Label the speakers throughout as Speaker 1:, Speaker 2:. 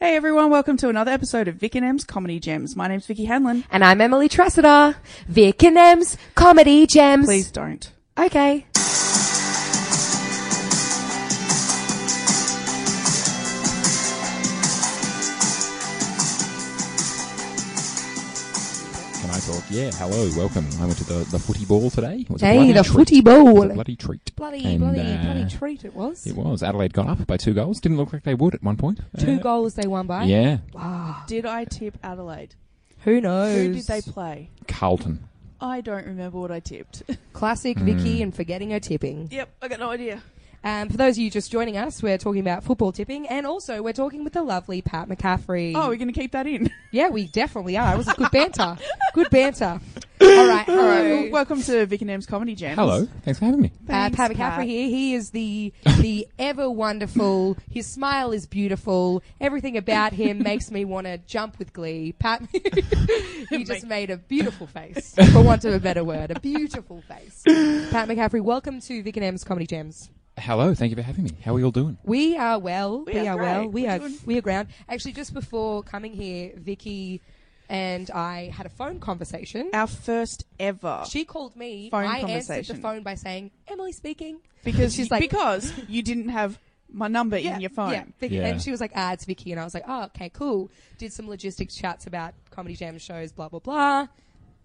Speaker 1: Hey everyone, welcome to another episode of Vic and M's Comedy Gems. My name's Vicky Hanlon.
Speaker 2: And I'm Emily Tressida, Vic and Em's Comedy Gems.
Speaker 1: Please don't.
Speaker 2: Okay.
Speaker 3: Can I talk? Yeah, hello, welcome. I went to the, the footy ball today. It was a
Speaker 2: Hey,
Speaker 3: bloody
Speaker 2: the
Speaker 3: treat.
Speaker 2: footy
Speaker 3: It was
Speaker 2: ball.
Speaker 3: a bloody treat.
Speaker 2: Bloody,
Speaker 3: And,
Speaker 2: bloody,
Speaker 3: uh,
Speaker 2: bloody treat it was.
Speaker 3: It was. Adelaide got up by two goals. Didn't look like they would at one point.
Speaker 2: Two
Speaker 3: Uh,
Speaker 2: goals they won by.
Speaker 3: Yeah,
Speaker 1: Did I tip Adelaide?
Speaker 2: Who knows?
Speaker 1: Who did they play?
Speaker 3: Carlton.
Speaker 1: I don't remember what I tipped.
Speaker 2: Classic
Speaker 3: Mm.
Speaker 2: Vicky and forgetting her tipping.
Speaker 1: yep, I got no idea.
Speaker 2: Um, for those of you just joining us, we're talking about football tipping, and also we're talking with the lovely Pat McCaffrey.
Speaker 1: Oh, we're going to keep that in.
Speaker 2: yeah, we definitely are. It was a good banter. good banter. All
Speaker 1: All right,
Speaker 2: right,
Speaker 1: well,
Speaker 2: hello.
Speaker 1: welcome to Vic and M's Comedy Gems.
Speaker 3: Hello, thanks for having me.
Speaker 2: Uh,
Speaker 1: Thanks,
Speaker 2: Pat McCaffrey here. He is the the ever wonderful. His smile is beautiful. Everything about him makes me want to jump with glee. Pat, you just made a beautiful face, for want of a better word, a beautiful face. Pat McCaffrey, welcome to Vic and M's Comedy Gems.
Speaker 3: Hello, thank you for having me. How are you all doing?
Speaker 2: We are well. We,
Speaker 1: are
Speaker 2: are, well.
Speaker 1: great.
Speaker 2: We
Speaker 1: We're
Speaker 2: are
Speaker 1: doing-
Speaker 2: we are ground. Actually, just before coming here, Vicky and I had a phone conversation.
Speaker 1: Our first ever.
Speaker 2: she called me.
Speaker 1: Phone
Speaker 2: I answered the
Speaker 1: conversation.
Speaker 2: phone by saying, "Emily speaking."
Speaker 1: Because,
Speaker 2: She's like-
Speaker 1: because you didn't have my number in your phone.
Speaker 2: Yeah, Vicky.
Speaker 3: Yeah.
Speaker 2: And she was like, ah, it's Vicky. And I was like, oh, okay, cool. Did some logistics chats about comedy jam shows, blah, blah, blah.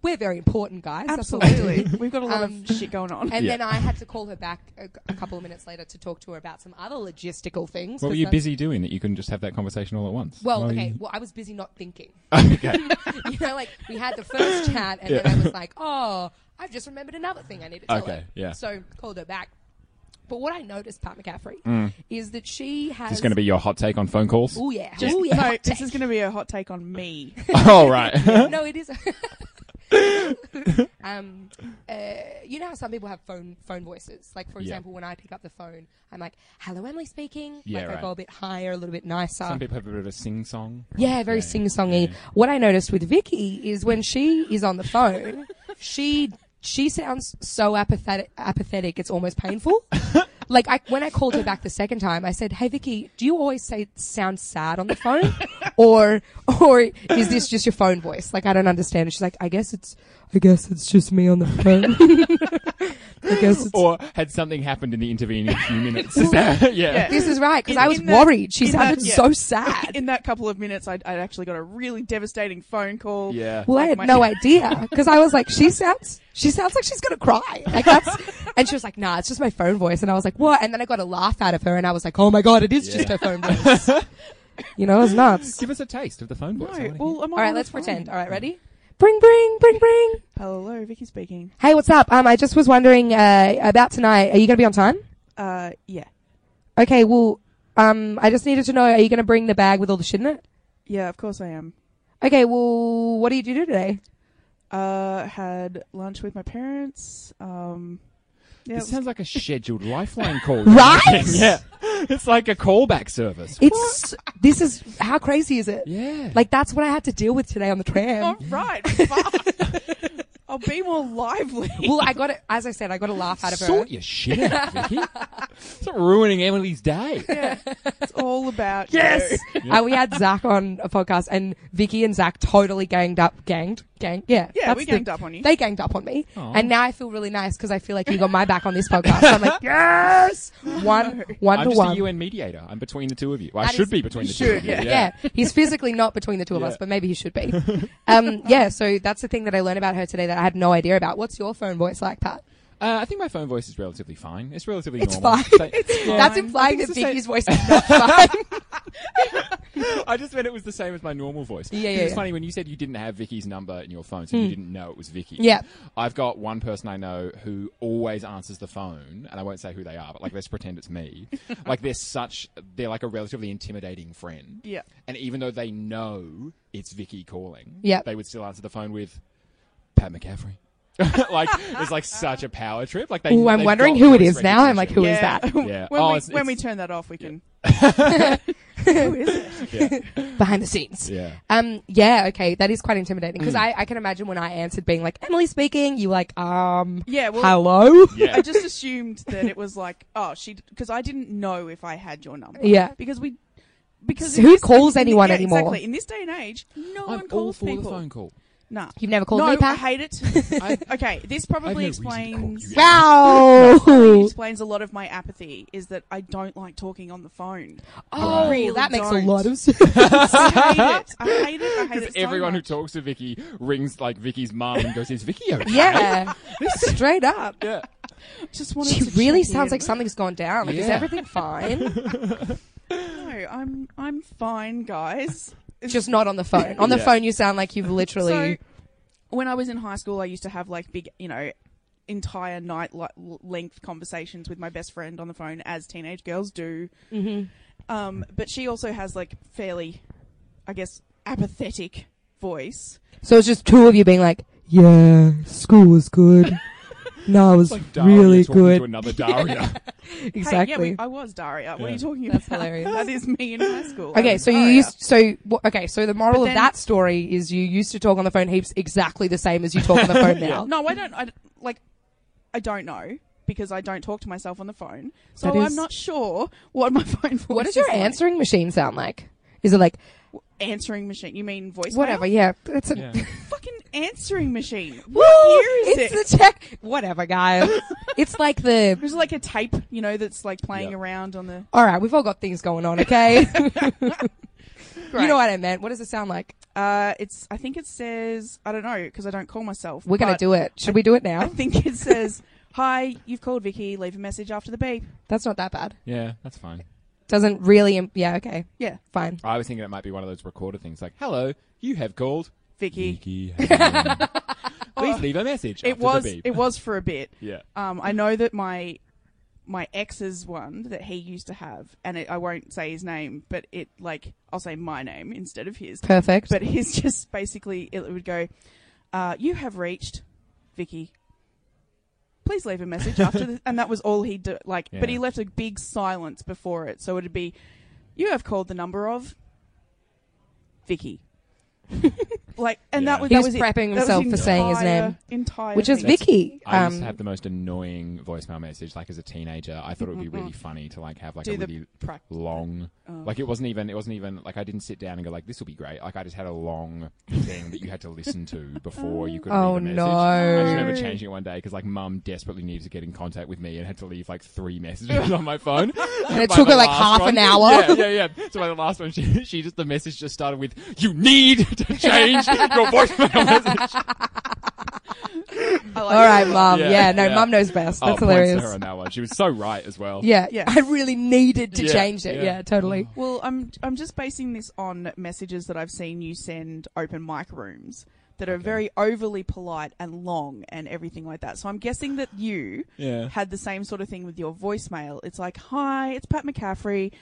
Speaker 2: We're very important, guys. That's all we do.
Speaker 1: Absolutely. We've got a lot
Speaker 2: Um,
Speaker 1: of shit going on.
Speaker 2: And
Speaker 3: Yeah.
Speaker 2: then I had to call her back a, a couple of minutes later to talk to her about some other logistical things.
Speaker 3: What were
Speaker 2: 'cause
Speaker 3: you
Speaker 2: that's-
Speaker 3: busy doing that you couldn't just have that conversation all at once?
Speaker 2: Well,
Speaker 3: Why were
Speaker 2: okay.
Speaker 3: you-
Speaker 2: Well, I was busy not thinking.
Speaker 3: okay.
Speaker 2: you know, like we had the first chat, and then I was like, oh, I've just remembered another thing I need to tell
Speaker 3: Okay,
Speaker 2: her.
Speaker 3: yeah.
Speaker 2: So called her back. But what I noticed, Pat McCaffrey, is that she has.
Speaker 3: Mm. This is going to be your hot take on phone calls.
Speaker 2: Oh yeah.
Speaker 1: Just-
Speaker 2: oh yeah.
Speaker 1: No,
Speaker 2: hot
Speaker 1: this
Speaker 2: take.
Speaker 1: is going to be a hot take on me.
Speaker 3: all right.
Speaker 2: no, it is. um, uh, you know how some people have phone phone voices. Like for
Speaker 3: Yeah.
Speaker 2: example, when I pick up the phone, I'm like, "Hello, Emily speaking."
Speaker 3: Yeah,
Speaker 2: like I
Speaker 3: right.
Speaker 2: go a bit higher, a little bit nicer.
Speaker 3: Some people have a bit of a sing song.
Speaker 2: yeah, very sing-songy. What I noticed with Vicky is when she is on the phone, she she sounds so apathetic. Apathetic, it's almost painful. like I, when I called her back the second time, I said, "Hey, Vicky, do you always say sound sad on the phone, or or is this just your phone voice? Like I don't understand." And she's like, "I guess it's I guess it's just me on the phone. I guess it's."
Speaker 3: Or had something happened in the intervening few minutes? Is that- yeah.
Speaker 2: this is right because
Speaker 1: In-
Speaker 2: I was
Speaker 1: in the-
Speaker 2: worried. She
Speaker 1: in the-
Speaker 2: sounded
Speaker 1: yeah.
Speaker 2: so sad.
Speaker 1: in that couple of minutes, I'd, I'd actually got a really devastating phone call.
Speaker 3: Yeah.
Speaker 2: Well, I
Speaker 1: Like
Speaker 2: had
Speaker 1: my-
Speaker 2: no idea because I was like, she sounds, she sounds like she's gonna cry. Like that's, and she was like, nah, it's just my phone voice. And I was like, what? And then I got a laugh out of her, and I was like, oh my god, it is just her phone voice. you know, it's nuts.
Speaker 3: Give us a taste of the phone voice. I
Speaker 1: No,
Speaker 3: wanna hear.
Speaker 1: well, I'm
Speaker 2: All right, let's pretend. All right, ready? Bring, bring, bring, bring.
Speaker 1: Hello, Vicky speaking.
Speaker 2: Hey, what's up? Um, I just was wondering uh, about tonight. Are you gonna be on time?
Speaker 1: Uh, yeah.
Speaker 2: Okay, well, um, I just needed to know, are you gonna bring the bag with all the shit in it?
Speaker 1: Yeah, of course I am.
Speaker 2: Okay, well, what did you do today?
Speaker 1: Uh, had lunch with my parents. Um, yeah, it
Speaker 3: This
Speaker 1: was-
Speaker 3: sounds like a scheduled lifeline call.
Speaker 2: Right?
Speaker 3: yeah. It's like a callback service.
Speaker 2: It's this is how crazy is it?
Speaker 3: yeah.
Speaker 2: Like that's what I had to deal with today on the tram.
Speaker 1: all right. fuck. I'll be more lively.
Speaker 2: well, I got it. As I said, I got a laugh out of her.
Speaker 3: sort your shit out, Vicky. It's not ruining Emily's day.
Speaker 1: It's all about you.
Speaker 2: And Uh, we had Zach on a podcast, and Vicky and Zach totally ganged up, ganged, gang. Yeah,
Speaker 1: Yeah,
Speaker 2: that's
Speaker 1: we
Speaker 2: the-
Speaker 1: ganged up on you.
Speaker 2: They ganged up on me,
Speaker 3: Aw.
Speaker 2: and now I feel really nice because I feel like you got my back on this podcast. I'm like, yes, one, one
Speaker 3: I'm
Speaker 2: to
Speaker 3: just
Speaker 2: one.
Speaker 3: a UN mediator. I'm between the two of you. Well, I
Speaker 2: That
Speaker 3: should
Speaker 2: is-
Speaker 3: be between the two
Speaker 1: should,
Speaker 3: of you.
Speaker 1: yeah.
Speaker 2: yeah. he's physically not between the two of us,
Speaker 3: Yeah.
Speaker 2: but maybe he should be. Um, yeah, so that's the thing that I learned about her today that I had no idea about. What's your phone voice like, Pat?
Speaker 3: Uh, I think my phone voice is relatively fine. It's relatively
Speaker 2: It's
Speaker 3: normal.
Speaker 2: fine.
Speaker 3: It's like-
Speaker 2: That's
Speaker 1: fine.
Speaker 2: implying
Speaker 3: I think
Speaker 2: that
Speaker 3: it's the
Speaker 2: Vicky's voice is not fine.
Speaker 3: I just meant it was the same as my normal voice.
Speaker 2: Yeah, yeah,
Speaker 3: It's
Speaker 2: yeah. Hmm.
Speaker 3: funny when you said you didn't have Vicky's number in your phone, so you didn't know it was Vicky.
Speaker 2: Yeah.
Speaker 3: I've got one person I know who always answers the phone, and I won't say who they are, but like let's pretend it's me. like they're such, they're like a relatively intimidating friend.
Speaker 1: Yeah.
Speaker 3: And even though they know it's Vicky calling,
Speaker 2: Yep.
Speaker 3: they would still answer the phone with Pat McCaffrey. like it's like such a power trip. Like they.
Speaker 2: Ooh, I'm
Speaker 3: they've
Speaker 2: wondering
Speaker 3: got
Speaker 2: who it
Speaker 3: voice
Speaker 2: is now. I'm like,
Speaker 3: recognition.
Speaker 2: who is that?
Speaker 3: Yeah.
Speaker 1: when,
Speaker 3: Oh,
Speaker 1: we,
Speaker 3: it's-
Speaker 1: when we
Speaker 3: it's-
Speaker 1: turn that off, we can. Who is it?
Speaker 2: Behind the scenes.
Speaker 3: Yeah.
Speaker 2: Um, yeah, okay, that is quite intimidating
Speaker 1: Mm.
Speaker 2: because I, I can imagine when I answered being like, Emily speaking, you were like, um,
Speaker 1: Yeah, well,
Speaker 2: hello?
Speaker 3: Yeah.
Speaker 1: I just assumed that it was like, oh, she, because I didn't know if I had your number.
Speaker 2: Yeah.
Speaker 1: Because we, because
Speaker 2: So
Speaker 1: in
Speaker 2: who
Speaker 1: this-
Speaker 2: calls
Speaker 1: in-
Speaker 2: anyone
Speaker 1: yeah,
Speaker 2: anymore?
Speaker 1: Exactly. In this day and age, no one
Speaker 3: I'm all
Speaker 1: calls
Speaker 3: for
Speaker 1: people.
Speaker 3: the phone call.
Speaker 1: Nah.
Speaker 2: You've never called
Speaker 1: no,
Speaker 2: me, Pat?
Speaker 1: I hate it. okay, this probably
Speaker 3: no reason to call
Speaker 1: explains.
Speaker 3: you.
Speaker 2: Wow.
Speaker 1: Explains a lot of my apathy is that I don't like talking on the phone.
Speaker 2: oh,
Speaker 1: Really
Speaker 2: that makes
Speaker 1: don't.
Speaker 2: a lot of sense.
Speaker 1: I hate it. I hate it. I hate it. so
Speaker 3: Everyone who
Speaker 1: much.
Speaker 3: talks to Vicky rings like Vicky's mum and goes, "Is Vicky okay?"
Speaker 2: yeah. Straight up.
Speaker 3: Yeah.
Speaker 1: just wanted
Speaker 2: She
Speaker 1: to
Speaker 2: really
Speaker 1: check
Speaker 2: sounds
Speaker 1: in.
Speaker 2: like something's gone down. Like, is
Speaker 3: Yeah.
Speaker 2: everything fine?
Speaker 1: No, I'm I'm fine, guys.
Speaker 2: Just not on the phone. On the
Speaker 3: Yeah.
Speaker 2: phone, you sound like you've literally.
Speaker 1: So, when I was in high school, I used to have like big, you know, entire night li- length conversations with my best friend on the phone, as teenage girls do. Mm-hmm. Um, but she also has like fairly, I guess, apathetic voice.
Speaker 2: So, it's just two of you being like,
Speaker 4: Yeah, school was good. no, it was
Speaker 3: Like Daria
Speaker 4: really
Speaker 3: talking
Speaker 4: good.
Speaker 3: to another Daria.
Speaker 1: Hey,
Speaker 2: exactly.
Speaker 1: yeah, we, I was Daria. What are you talking about?
Speaker 2: That's hilarious.
Speaker 1: that is me in high school. I
Speaker 2: Okay,
Speaker 1: was
Speaker 2: so you
Speaker 1: Daria.
Speaker 2: used so wha- okay, so the moral
Speaker 1: oh, But
Speaker 2: of
Speaker 1: then-
Speaker 2: that story is you used to talk on the phone heaps exactly the same as you talk on the phone now.
Speaker 1: No, I don't. I d- like. I don't know because I don't talk to myself on the phone, so
Speaker 2: That is-
Speaker 1: I'm not sure what my phone voice.
Speaker 2: What does your
Speaker 1: is like.
Speaker 2: answering machine sound like? Is it like
Speaker 1: answering machine? You mean voice?
Speaker 2: whatever? Yeah, it's a
Speaker 3: Yeah.
Speaker 1: Fucking answering machine.
Speaker 2: Woo!
Speaker 1: What year is
Speaker 2: it's
Speaker 1: it?
Speaker 2: the tech. Whatever, guys. it's like the.
Speaker 1: There's like a tape, you know, that's like playing
Speaker 3: Yeah.
Speaker 1: around on the.
Speaker 2: All right, we've all got things going on. Okay, you
Speaker 1: Great.
Speaker 2: know what I meant. What does it sound like?
Speaker 1: Uh, it's. I think it says. I don't know because I don't call myself.
Speaker 2: We're gonna do it. Should we do it
Speaker 1: I
Speaker 2: now?
Speaker 1: think it says, "Hi, you've called Vicky. Leave a message after the beep."
Speaker 2: That's not that bad.
Speaker 3: yeah, that's fine.
Speaker 2: Doesn't really. Im- yeah. Okay.
Speaker 1: Yeah,
Speaker 2: Fine.
Speaker 3: I was thinking it might be one of those recorder things, like, "Hello, you have called
Speaker 1: Vicky.
Speaker 3: Vicky. Hammond. Please leave a message."
Speaker 1: It
Speaker 3: after
Speaker 1: was.
Speaker 3: The beep.
Speaker 1: It was for a bit.
Speaker 3: Yeah.
Speaker 1: Um,
Speaker 2: Mm.
Speaker 1: I know that my my ex's one that he used to have, and it, I won't say his name, but it like I'll say my name instead of his.
Speaker 2: Perfect.
Speaker 1: But his just basically it would go, uh, "You have reached Vicky. Please leave a message after," this. and that was all he do. Like, but he
Speaker 3: Yeah.
Speaker 1: left a big silence before it, so it'd be, "You have called the number of Vicky." like, and
Speaker 3: Yeah.
Speaker 1: that was
Speaker 2: He
Speaker 1: that
Speaker 2: was
Speaker 1: it.
Speaker 2: prepping
Speaker 1: That was
Speaker 2: himself for saying his
Speaker 1: entire-
Speaker 2: name.
Speaker 1: entire,
Speaker 2: Which is
Speaker 1: thing.
Speaker 3: That's-
Speaker 2: Vicky.
Speaker 3: I used
Speaker 2: um,
Speaker 3: to have the most annoying voicemail message. Like as a teenager, I thought it would be really funny to like have like
Speaker 1: Do
Speaker 3: a
Speaker 1: the Oh.
Speaker 3: really
Speaker 1: prac-
Speaker 3: long. Like it wasn't even. It wasn't even like I didn't sit down and go like this will be great. Like I just had a long thing that you had to listen to before you could.
Speaker 2: Oh,
Speaker 3: leave a message.
Speaker 2: no.
Speaker 3: I just remember changing it one day because like mum desperately needed to get in contact with me and had to leave like three messages on my phone. and
Speaker 2: it
Speaker 3: by
Speaker 2: took
Speaker 3: the
Speaker 2: her, like,
Speaker 3: last
Speaker 2: half an
Speaker 3: one-
Speaker 2: hour.
Speaker 3: Yeah, yeah, yeah. So by the last one, she, she just the message just started with "You need to change your voicemail message."
Speaker 1: I like
Speaker 2: All right, mum. Yeah,
Speaker 3: Yeah,
Speaker 2: no,
Speaker 3: yeah.
Speaker 2: mum knows best.
Speaker 3: Oh,
Speaker 2: That's
Speaker 3: points to
Speaker 2: hilarious.
Speaker 3: her on that one. She was so right as well.
Speaker 2: Yeah,
Speaker 1: Yeah.
Speaker 2: I really needed to
Speaker 3: Yeah,
Speaker 2: change it. Yeah,
Speaker 3: yeah.
Speaker 2: totally.
Speaker 1: Well, I'm I'm just basing this on messages that I've seen you send open mic rooms that are very overly polite and long and everything like that. So I'm guessing that you
Speaker 3: Yeah.
Speaker 1: had the same sort of thing with your voicemail. It's like, "Hi, it's Pat McCaffrey.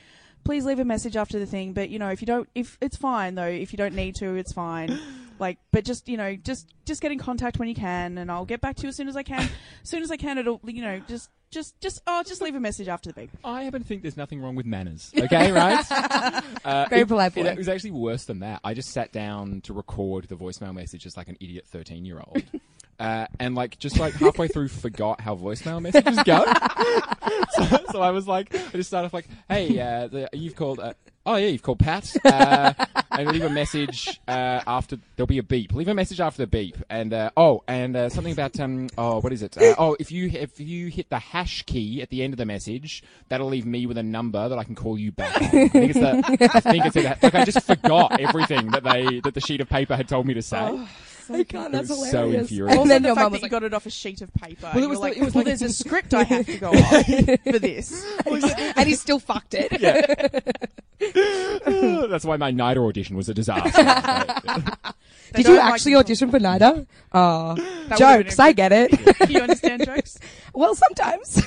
Speaker 1: Please leave a message after the thing, but you know, if you don't if it's fine though, if you don't need to, it's fine. Like, but just, you know, just just get in contact when you can and I'll get back to you as soon as I can. As soon as I can, it'll, you know, just just just oh, just leave a message after the beep.
Speaker 3: I happen to think there's nothing wrong with manners. Okay, right? uh,
Speaker 2: Very
Speaker 3: it-
Speaker 2: polite
Speaker 3: It,
Speaker 2: boy.
Speaker 3: was actually worse than that. I just sat down to record the voicemail message as like an idiot 13 year old. Uh, and like just like halfway through forgot how voicemail messages go so, so i was like i just started off like hey uh, the, you've called uh, oh yeah you've called pat uh, and leave a message uh, after there'll be a beep leave a message after the beep and uh, oh and uh, something about um oh what is it uh, oh if you if you hit the hash key at the end of the message that'll leave me with a number that i can call you back on. i think it's the i think it's the, like i just forgot everything that they that the sheet of paper had told me to say
Speaker 2: Oh God, that's hilarious.
Speaker 3: was so infuriating.
Speaker 2: And
Speaker 1: Also
Speaker 2: then
Speaker 1: the
Speaker 2: your
Speaker 1: fact
Speaker 2: mum
Speaker 1: that
Speaker 2: was
Speaker 1: you
Speaker 2: like,
Speaker 1: got it off a sheet of paper.
Speaker 2: it
Speaker 1: Well, was
Speaker 2: was
Speaker 1: like,
Speaker 2: the- it was
Speaker 1: well,
Speaker 2: like-
Speaker 1: there's a script I have to go on for this.
Speaker 2: and he still fucked it.
Speaker 3: that That's why my NIDA audition was a disaster. Like,
Speaker 1: They
Speaker 2: Did you
Speaker 1: don't like
Speaker 2: actually
Speaker 1: you.
Speaker 2: audition for NIDA? Oh,
Speaker 1: That would've
Speaker 2: jokes.
Speaker 1: been
Speaker 2: I get it.
Speaker 1: Do you understand jokes?
Speaker 2: well, sometimes.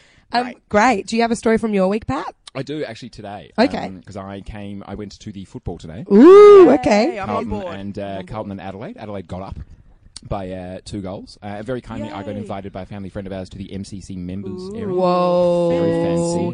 Speaker 2: um, Great. Do you have a story from your week, Pat?
Speaker 3: I do actually today.
Speaker 2: Okay.
Speaker 3: Because I came, I went to the football today.
Speaker 2: Ooh, okay.
Speaker 1: Hey, I'm on
Speaker 3: Carlton
Speaker 1: board.
Speaker 3: and uh, Carlton and Adelaide. Adelaide got up by uh, two goals. Uh, very kindly, I got
Speaker 1: Yay.
Speaker 3: invited by a family friend of ours to the MCC members area.
Speaker 2: Whoa.
Speaker 3: Very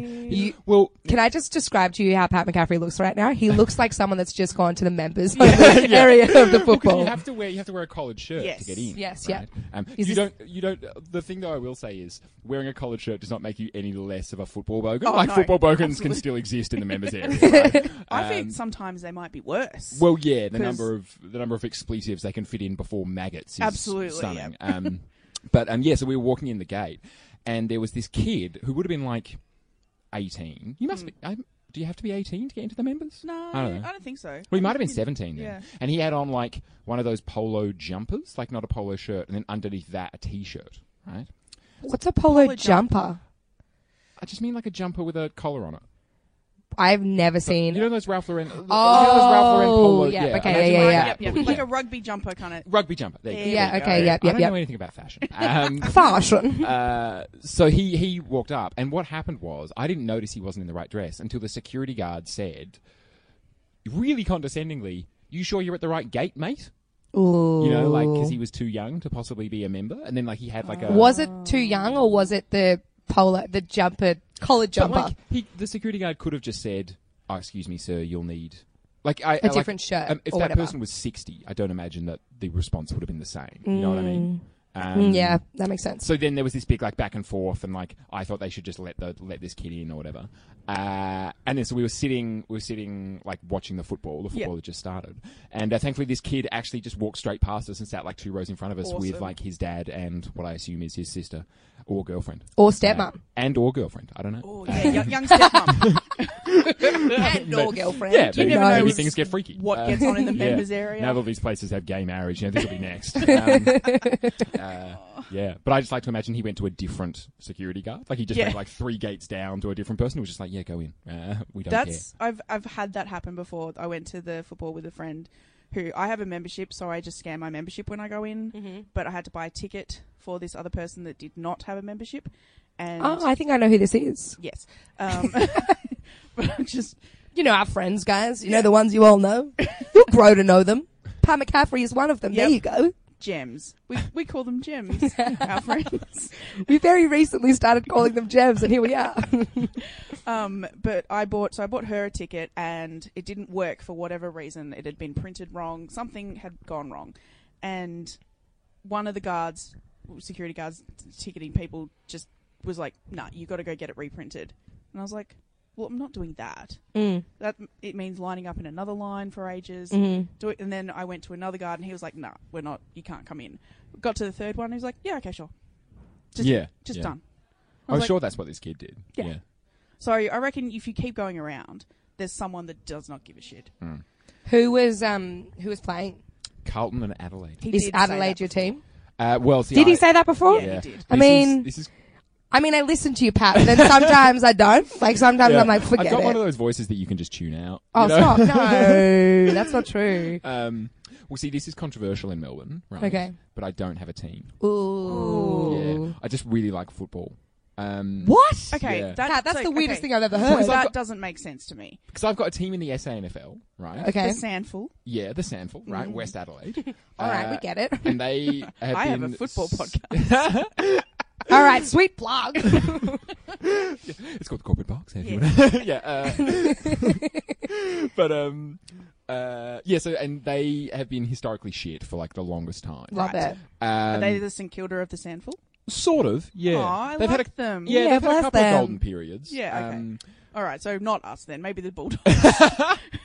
Speaker 3: fancy.
Speaker 2: You,
Speaker 3: Well,
Speaker 2: can I just describe to you how Pat McCaffrey looks right now? He looks like someone that's just gone to the members only area of the
Speaker 3: Because
Speaker 2: football.
Speaker 3: you have to wear you have to wear a collared shirt
Speaker 1: Yes.
Speaker 3: to get in.
Speaker 2: Yes,
Speaker 3: right?
Speaker 2: yep.
Speaker 3: Um, you
Speaker 2: Is this-
Speaker 3: don't. You don't. The thing though, I will say is wearing a collared shirt does not make you any less of a football bogan. like
Speaker 1: Oh, no,
Speaker 3: football bogans can
Speaker 1: absolutely.
Speaker 3: still exist in the members area. right?
Speaker 1: I
Speaker 3: Um,
Speaker 1: think sometimes they might be worse.
Speaker 3: Well, yeah, the
Speaker 1: 'Cause-
Speaker 3: number of the number of expletives they can fit in before maggots is
Speaker 1: Absolutely,
Speaker 3: stunning.
Speaker 1: yeah.
Speaker 3: Um, but um, yeah, so we were walking in the gate, and there was this kid who would have been like eighteen. You must be. i do you have to be eighteen to get into the members?
Speaker 1: Mm. no,
Speaker 3: I don't know.
Speaker 1: think so.
Speaker 3: Well, he might have been 17 then.
Speaker 1: Yeah.
Speaker 3: And he had on like one of those polo jumpers, like not a polo shirt, and then underneath that a t shirt, right?
Speaker 2: What's a polo,
Speaker 1: Polo jumper.
Speaker 2: jumper?
Speaker 3: I just mean like a jumper with a collar on it.
Speaker 2: I've never
Speaker 3: You
Speaker 2: seen.
Speaker 3: know those Ralph Lauren? you know those Ralph Lauren
Speaker 1: Oh,
Speaker 3: polo?
Speaker 2: yeah, okay,
Speaker 3: imagine
Speaker 2: yeah,
Speaker 3: like
Speaker 2: yeah,
Speaker 3: that,
Speaker 1: Yep, yep,
Speaker 3: but
Speaker 1: like
Speaker 3: yeah.
Speaker 1: a rugby jumper kind of.
Speaker 3: rugby jumper. There you go, there
Speaker 2: Yeah,
Speaker 3: you go.
Speaker 2: okay, yep,
Speaker 3: I
Speaker 2: yep,
Speaker 3: don't
Speaker 2: yep.
Speaker 3: know anything about fashion. Um,
Speaker 2: Fashion.
Speaker 3: Uh, so he he walked up, and what happened was I didn't notice he wasn't in the right dress until the security guard said, really condescendingly, "You sure you're at the right gate, mate?"
Speaker 2: Ooh.
Speaker 3: You know, like because he was too young to possibly be a member, and then like he had like a
Speaker 2: was it too young or was it the polo, the jumper, collared
Speaker 3: But,
Speaker 2: jumper?
Speaker 3: like, he, the security guard could have just said, oh, "Excuse me, sir, you'll need." Like I, I, like,
Speaker 2: different shirt
Speaker 3: Um, if
Speaker 2: or
Speaker 3: that
Speaker 2: whatever.
Speaker 3: person was sixty, I don't imagine that the response would have been the same. You know what I mean? Um,
Speaker 2: Mm, yeah, that makes sense.
Speaker 3: So then there was this big like back and forth, and like I thought they should just let the let this kid in or whatever. Uh, and then so we were sitting, we were sitting like watching the football. The football had just started, and uh, thankfully this kid actually just walked straight past us and sat like two rows in front of us with
Speaker 1: Awesome.
Speaker 3: like his dad and what I assume is his sister or girlfriend
Speaker 2: Or
Speaker 3: Uh,
Speaker 2: stepmom.
Speaker 3: and or girlfriend. I don't know.
Speaker 1: Oh yeah, young, young stepmom.
Speaker 2: and or girlfriend.
Speaker 3: Yeah,
Speaker 1: You
Speaker 3: maybe,
Speaker 1: never know
Speaker 3: maybe
Speaker 1: what's-
Speaker 3: things get freaky.
Speaker 1: what
Speaker 3: Uh,
Speaker 1: gets on in the
Speaker 3: yeah.
Speaker 1: members area?
Speaker 3: Now that these places have gay marriage, you know, this will be next. Um, uh, yeah, but I just like to imagine he went to a different security guard. Like he just
Speaker 1: Yeah.
Speaker 3: went like three gates down to a different person who was just like, yeah, go in. Uh, we don't
Speaker 1: That's I've I've had that happen before. I went to the football with a friend who I have a membership, so I just scan my membership when I go in.
Speaker 2: Mm-hmm.
Speaker 1: But I had to buy a ticket for this other person that did not have a membership, and
Speaker 2: Oh, I think I know who this is.
Speaker 1: yes, um, but I'm just
Speaker 2: You know our friends, guys. You know the ones you all know. You'll grow to know them. Pat McCaffrey is one of them. There
Speaker 1: Yep.
Speaker 2: you go.
Speaker 1: gems. We we call them gems, our friends.
Speaker 2: We very recently started calling them gems, and here we are.
Speaker 1: Um, but I bought so I bought her a ticket, and it didn't work for whatever reason. It had been printed wrong. Something had gone wrong, and one of the guards, security guards, ticketing people, just was like, "Nah, you got to go get it reprinted." And I was like, "Well, I'm not doing that.
Speaker 2: Mm,
Speaker 1: That it means lining up in another line for ages."
Speaker 3: Mm-hmm.
Speaker 2: mm-hmm.
Speaker 1: Do it, and then I went to another guard, and he was like, "Nah, we're not. You can't come in." Got to the third one, he was like, "Yeah, okay, sure."
Speaker 3: care.
Speaker 1: Just,
Speaker 3: yeah.
Speaker 1: just
Speaker 3: yeah.
Speaker 1: done. I
Speaker 3: I'm
Speaker 1: was like-
Speaker 3: sure that's what this kid did.
Speaker 1: Yeah.
Speaker 3: Yeah.
Speaker 1: So I reckon if you keep going around, there's someone that does not give a shit.
Speaker 3: Mm.
Speaker 2: who was um who was playing?
Speaker 3: Carlton and Adelaide.
Speaker 1: He
Speaker 2: Is
Speaker 1: did say
Speaker 2: Adelaide
Speaker 1: that
Speaker 2: your
Speaker 1: before.
Speaker 2: team?
Speaker 3: Uh, well, see,
Speaker 2: Did
Speaker 3: I-
Speaker 2: he say that before?
Speaker 1: Yeah, he
Speaker 3: Yeah.
Speaker 1: did.
Speaker 2: I
Speaker 3: This is-
Speaker 2: mean-
Speaker 3: this is
Speaker 2: I mean, I listen to you, Pat, and then sometimes I don't. Like sometimes
Speaker 3: yeah.
Speaker 2: I'm like, forget
Speaker 3: I've got
Speaker 2: it.
Speaker 3: one of those voices that you can just tune out.
Speaker 2: oh,
Speaker 3: you know?
Speaker 2: stop! No, that's not true.
Speaker 3: Um, well, see, this is controversial in Melbourne, right?
Speaker 2: Okay.
Speaker 3: But I don't have a team.
Speaker 2: Ooh.
Speaker 3: Yeah. I just really like football. Um,
Speaker 2: What?
Speaker 1: Okay,
Speaker 3: Yeah.
Speaker 1: that-
Speaker 2: Pat, that's
Speaker 1: so-
Speaker 2: the weirdest
Speaker 1: okay.
Speaker 2: thing I've ever
Speaker 1: So
Speaker 2: heard.
Speaker 3: I've
Speaker 1: that
Speaker 3: got-
Speaker 1: doesn't make sense to me.
Speaker 3: Because I've got a team in the SANFL, right?
Speaker 2: Okay.
Speaker 1: The Sandful.
Speaker 3: Yeah, the Sandful,
Speaker 1: Mm-hmm.
Speaker 3: right? West Adelaide.
Speaker 2: All right,
Speaker 3: Uh,
Speaker 2: we get it.
Speaker 3: And they have
Speaker 1: I have
Speaker 3: been
Speaker 1: a football
Speaker 3: s-
Speaker 1: podcast.
Speaker 2: All right, sweet plug.
Speaker 3: It's called the Corporate Box. If you wanna- yeah. uh, but um, uh, yeah. So and they have been historically shit for like the longest time.
Speaker 2: Love it.
Speaker 1: Are
Speaker 3: Um,
Speaker 1: they the St Kilda of the Sandful?
Speaker 3: sort of. Yeah.
Speaker 1: Aw, I
Speaker 3: they've had
Speaker 1: like
Speaker 3: a,
Speaker 1: them.
Speaker 3: Yeah,
Speaker 2: Yeah,
Speaker 3: they've had
Speaker 2: bless
Speaker 3: a couple
Speaker 2: them.
Speaker 3: of golden periods.
Speaker 1: Yeah, okay.
Speaker 3: Um,
Speaker 1: All right, so not us then. Maybe the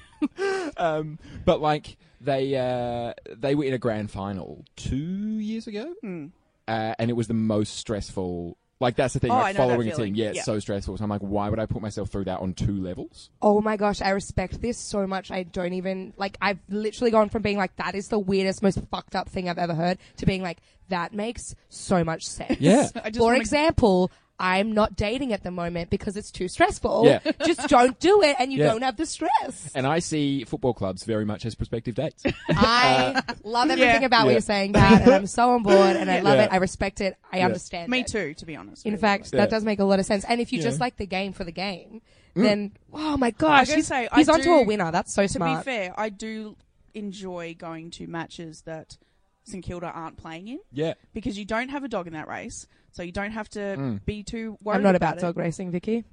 Speaker 1: Bulldogs.
Speaker 3: um, but like they uh, they were in a grand final two years ago,
Speaker 1: Hmm.
Speaker 3: uh, and it was the most stressful. Like that's the thing.
Speaker 1: Oh, I
Speaker 3: like
Speaker 1: know that
Speaker 3: following a team,
Speaker 1: feeling.
Speaker 3: yeah, it's
Speaker 1: Yeah.
Speaker 3: so stressful. So I'm like, why would I put myself through that on two levels?
Speaker 2: Oh my gosh, I respect this so much. I don't even like. I've literally gone from being like, "That is the weirdest, most fucked up thing I've ever heard," to being like, "That makes so much sense."
Speaker 3: Yeah.
Speaker 1: I just
Speaker 2: For
Speaker 1: wanna-
Speaker 2: example, I'm not dating at the moment because it's too stressful.
Speaker 3: Yeah.
Speaker 2: Just don't do it and you
Speaker 3: Yeah.
Speaker 2: don't have the stress.
Speaker 3: And I see football clubs very much as prospective dates.
Speaker 2: I love everything
Speaker 1: Yeah.
Speaker 2: about what
Speaker 3: Uh, Yeah.
Speaker 2: you're saying, Dad, and I'm so on board and I love
Speaker 3: Yeah.
Speaker 2: it. I respect it. I understand.
Speaker 1: Me
Speaker 2: it.
Speaker 1: too, to be honest.
Speaker 2: In
Speaker 1: really.
Speaker 2: fact,
Speaker 3: Yeah.
Speaker 2: that does make a lot of sense. And if you just
Speaker 3: Yeah. Mm.
Speaker 2: like the game for the game, then oh my gosh,
Speaker 1: gonna
Speaker 2: he's,
Speaker 1: say, I
Speaker 2: he's onto
Speaker 1: do-
Speaker 2: a winner. That's so
Speaker 1: to
Speaker 2: smart.
Speaker 1: be fair, I do enjoy going to matches that St Kilda aren't playing in
Speaker 3: yeah.
Speaker 1: because you don't have a dog in that race, so you don't have to
Speaker 3: Mm.
Speaker 1: be too worried.
Speaker 2: I'm not about
Speaker 1: it.
Speaker 2: dog racing, Vicky.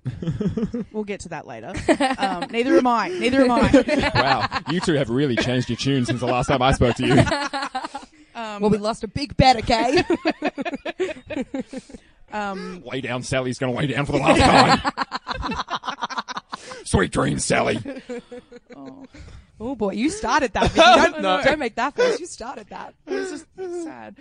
Speaker 1: We'll get to that later. um, neither am I. Neither am I.
Speaker 3: Wow. You two have really changed your tune since the last time I spoke to you.
Speaker 2: well, we lost a big bet, okay?
Speaker 1: Um,
Speaker 3: lay down, Sally's going to lay down for the last time. Sweet dreams, Sally.
Speaker 1: oh,
Speaker 2: oh boy, you started that. Vicky. Don't, don't make that face. You started that.
Speaker 1: it's just sad.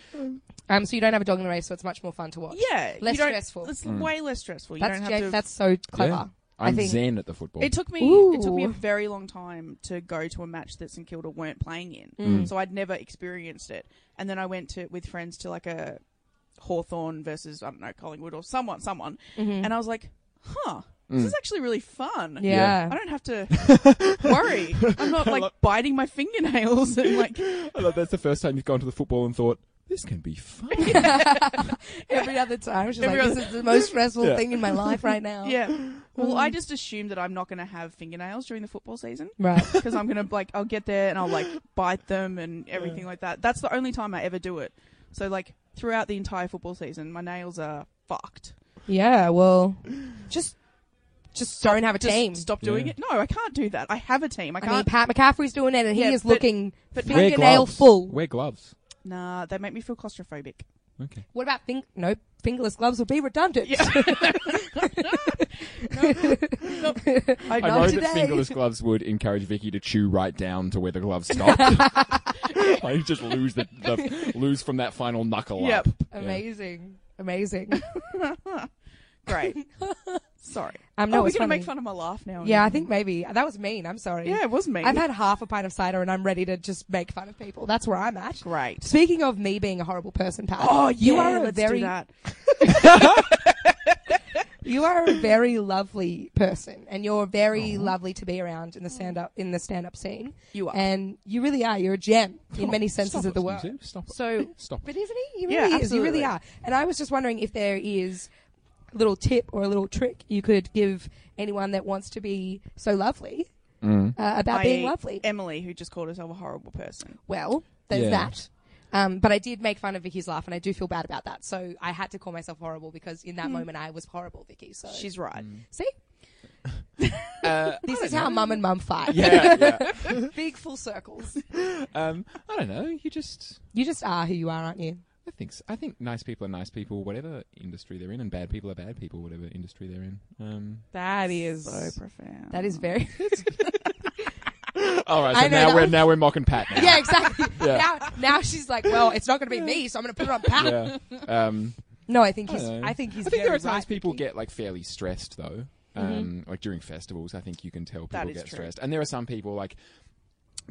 Speaker 2: Um, so you don't have a dog in the race, so it's much more fun to watch.
Speaker 1: Yeah,
Speaker 2: Less
Speaker 1: you don't-
Speaker 2: stressful.
Speaker 1: It's way less stressful. You
Speaker 2: that's
Speaker 1: don't have
Speaker 2: gen-
Speaker 1: to.
Speaker 2: that's so clever. I
Speaker 3: I'm
Speaker 2: think
Speaker 3: zen at the football.
Speaker 1: It took me it took me a
Speaker 2: Ooh.
Speaker 1: very long time to go to a match that St Kilda weren't playing in, so I'd never experienced it. And then I went to with friends to like a Hawthorn versus I don't know Collingwood or someone, someone,
Speaker 2: Mm-hmm.
Speaker 1: and I was like, huh,
Speaker 3: Mm.
Speaker 1: this is actually really fun.
Speaker 2: Mm. yeah.
Speaker 1: I don't have to worry. I'm not like biting my fingernails and like
Speaker 3: I love that's the first time you've gone to the football and thought, this can be fun.
Speaker 2: Every other time, she's
Speaker 1: Every
Speaker 2: like,
Speaker 1: other-
Speaker 2: "This is the most stressful
Speaker 3: Yeah.
Speaker 2: thing in my life right now."
Speaker 1: yeah. Well, I just assume that I'm not going to have fingernails during the football season.
Speaker 2: Right.
Speaker 1: because I'm gonna like I'll get there and I'll like bite them and everything like that. That's the only time I ever do it. So like throughout the entire football season, my nails are fucked.
Speaker 2: Yeah. Well, just just don't have a
Speaker 1: Just
Speaker 2: team.
Speaker 1: stop doing
Speaker 3: Yeah.
Speaker 1: it. No, I can't do that. I have a team. I
Speaker 2: I
Speaker 1: can't.
Speaker 2: mean, Pat McCaffrey's doing it, and he
Speaker 1: Yeah,
Speaker 2: is
Speaker 1: but-
Speaker 2: looking
Speaker 1: but- Wear
Speaker 2: fingernail full.
Speaker 3: Wear gloves.
Speaker 1: nah, they make me feel claustrophobic.
Speaker 3: Okay.
Speaker 2: What about fing- no fingerless gloves? Would be redundant.
Speaker 1: I,
Speaker 3: I wrote
Speaker 2: today.
Speaker 3: that fingerless gloves would encourage Vicky to chew right down to where the gloves stop. like just lose the, the lose from that final knuckle
Speaker 1: Yep.
Speaker 3: up.
Speaker 2: Amazing. Amazing.
Speaker 1: great. Sorry.
Speaker 2: Um, no,
Speaker 1: oh, we're
Speaker 2: it's
Speaker 1: gonna
Speaker 2: funny.
Speaker 1: make fun of my laugh now.
Speaker 2: Yeah, I think maybe that was mean. I'm sorry.
Speaker 1: Yeah, it was mean.
Speaker 2: I've had half a pint of cider and I'm ready to just make fun of people. That's where I'm at.
Speaker 1: Great.
Speaker 2: Speaking of me being a horrible person, Pat.
Speaker 1: Oh,
Speaker 2: you
Speaker 1: yeah,
Speaker 2: are a
Speaker 1: let's do
Speaker 2: very
Speaker 1: that.
Speaker 2: you are a very lovely person, and you're very lovely to be around in the stand up in the stand up scene.
Speaker 1: You are.
Speaker 2: and you really are. You're a gem in many senses
Speaker 3: Stop
Speaker 2: of the
Speaker 3: it,
Speaker 2: word.
Speaker 3: Suzu. Stop. it.
Speaker 1: So
Speaker 3: Stop.
Speaker 2: But isn't he? He
Speaker 1: Yeah,
Speaker 2: really is. You really
Speaker 1: absolutely.
Speaker 2: are. And I was just wondering if there is a little tip or a little trick you could give anyone that wants to be so lovely uh, about being
Speaker 1: I-
Speaker 2: lovely.
Speaker 1: Emily, who just called herself a horrible person.
Speaker 2: well, there's
Speaker 3: Yeah.
Speaker 2: that. Um, but I did make fun of Vicky's laugh, and I do feel bad about that. So I had to call myself horrible because in that moment I was horrible, Vicky. So
Speaker 1: She's right.
Speaker 2: see, this is how mum and mum fight.
Speaker 3: Uh, Yeah, yeah.
Speaker 2: Big full circles.
Speaker 3: Um, I don't know. You just
Speaker 2: You just are who you are, aren't you?
Speaker 3: I think so. I think nice people are nice people, whatever industry they're in, and bad people are bad people, whatever industry they're in. Um,
Speaker 2: That is
Speaker 1: So profound.
Speaker 2: that is very
Speaker 3: all right,
Speaker 2: I
Speaker 3: so
Speaker 2: know
Speaker 3: now
Speaker 2: that
Speaker 3: we're
Speaker 2: was-
Speaker 3: now we're mocking Pat. Now.
Speaker 2: yeah exactly.
Speaker 3: Yeah.
Speaker 2: Now now she's like, well, it's not going to be me, so I'm going to put it on Pat.
Speaker 3: Yeah. Um,
Speaker 2: No, I think he's.
Speaker 3: don't know.
Speaker 2: I think he's.
Speaker 3: I think there
Speaker 2: very
Speaker 3: are times
Speaker 2: right,
Speaker 3: people
Speaker 2: Vicky.
Speaker 3: get like fairly stressed though. Um, Like during festivals, I think you can tell
Speaker 1: That
Speaker 3: people
Speaker 1: is
Speaker 3: get
Speaker 1: true.
Speaker 3: stressed, and there are some people like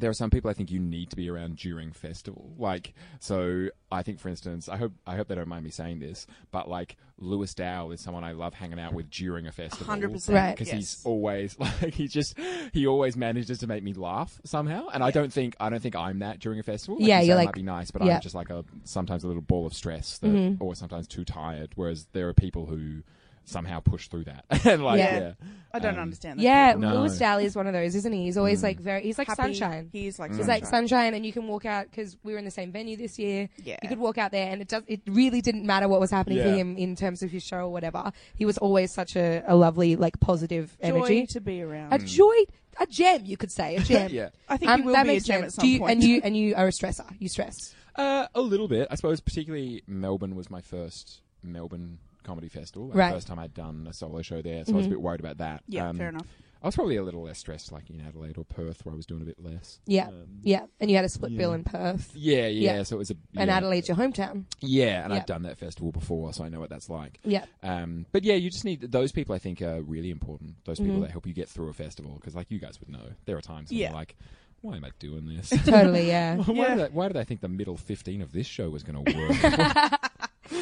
Speaker 3: there are some people I think you need to be around during festival. Like so, I think for instance, I hope I hope they don't mind me saying this, but like Lewis Dow is someone I love hanging out with during a festival,
Speaker 1: 100%,
Speaker 2: Right.
Speaker 3: Because
Speaker 1: yes.
Speaker 3: he's always like he just he always manages to make me laugh somehow, and I don't think I don't think I'm that during a festival.
Speaker 2: Yeah,
Speaker 3: you say
Speaker 2: you're
Speaker 3: I
Speaker 2: like-
Speaker 3: might be nice, but
Speaker 2: yeah. Mm-hmm.
Speaker 3: I'm just like a sometimes a little ball of stress that, or sometimes too tired. Whereas there are people who somehow push through that. and like,
Speaker 2: Yeah.
Speaker 3: yeah.
Speaker 1: I don't
Speaker 3: Um,
Speaker 1: understand that.
Speaker 2: Yeah,
Speaker 3: No. Mm.
Speaker 2: Lewis Daly is one of those, isn't he? He's always like very. He's like
Speaker 1: Happy.
Speaker 2: sunshine.
Speaker 1: He's like
Speaker 2: He's
Speaker 1: sunshine.
Speaker 2: like sunshine, and you can walk out because we were in the same venue this year.
Speaker 1: Yeah.
Speaker 2: you could walk out there, and it does. It really didn't matter what was happening for
Speaker 3: Yeah.
Speaker 2: him in terms of his show or whatever. He was always such a, a lovely, like positive
Speaker 1: Joy
Speaker 2: energy,
Speaker 1: to be around.
Speaker 2: a joy, a gem, you could say, a gem. Um,
Speaker 3: Hmm. Yeah.
Speaker 1: I think you will
Speaker 2: that
Speaker 1: be a
Speaker 2: makes
Speaker 1: gem
Speaker 2: sense.
Speaker 1: at
Speaker 2: Do
Speaker 1: some
Speaker 2: you,
Speaker 1: point.
Speaker 2: And you and you are a stressor. You stress.
Speaker 3: Uh, a little bit, I suppose. Particularly Melbourne was my first Melbourne comedy festival. Like,
Speaker 2: Right. Mm-hmm.
Speaker 3: First time I'd done a solo show there, so I was a bit worried about that.
Speaker 1: yeah,
Speaker 3: Um,
Speaker 1: fair enough.
Speaker 3: I was probably a little less stressed, like in Adelaide or Perth, where I was doing a bit less.
Speaker 2: Yeah,
Speaker 3: Um,
Speaker 2: yeah. And you had a split bill in Perth,
Speaker 3: yeah, yeah,
Speaker 2: Yeah.
Speaker 3: So it was a
Speaker 2: and
Speaker 3: yeah.
Speaker 2: Adelaide's your hometown.
Speaker 3: Yeah, and
Speaker 2: Yeah.
Speaker 3: I've done that festival before, so I know what that's like.
Speaker 2: Yeah.
Speaker 3: Um, but yeah, you just need those people. I think are really important. Those
Speaker 2: Mm-hmm.
Speaker 3: people that help you get through a festival, because like you guys would know, there are times when
Speaker 1: Yeah.
Speaker 3: you're like, "Why am I doing this?
Speaker 2: Totally, yeah.
Speaker 3: why, did I, why did I think the middle fifteen of this show was going to work?"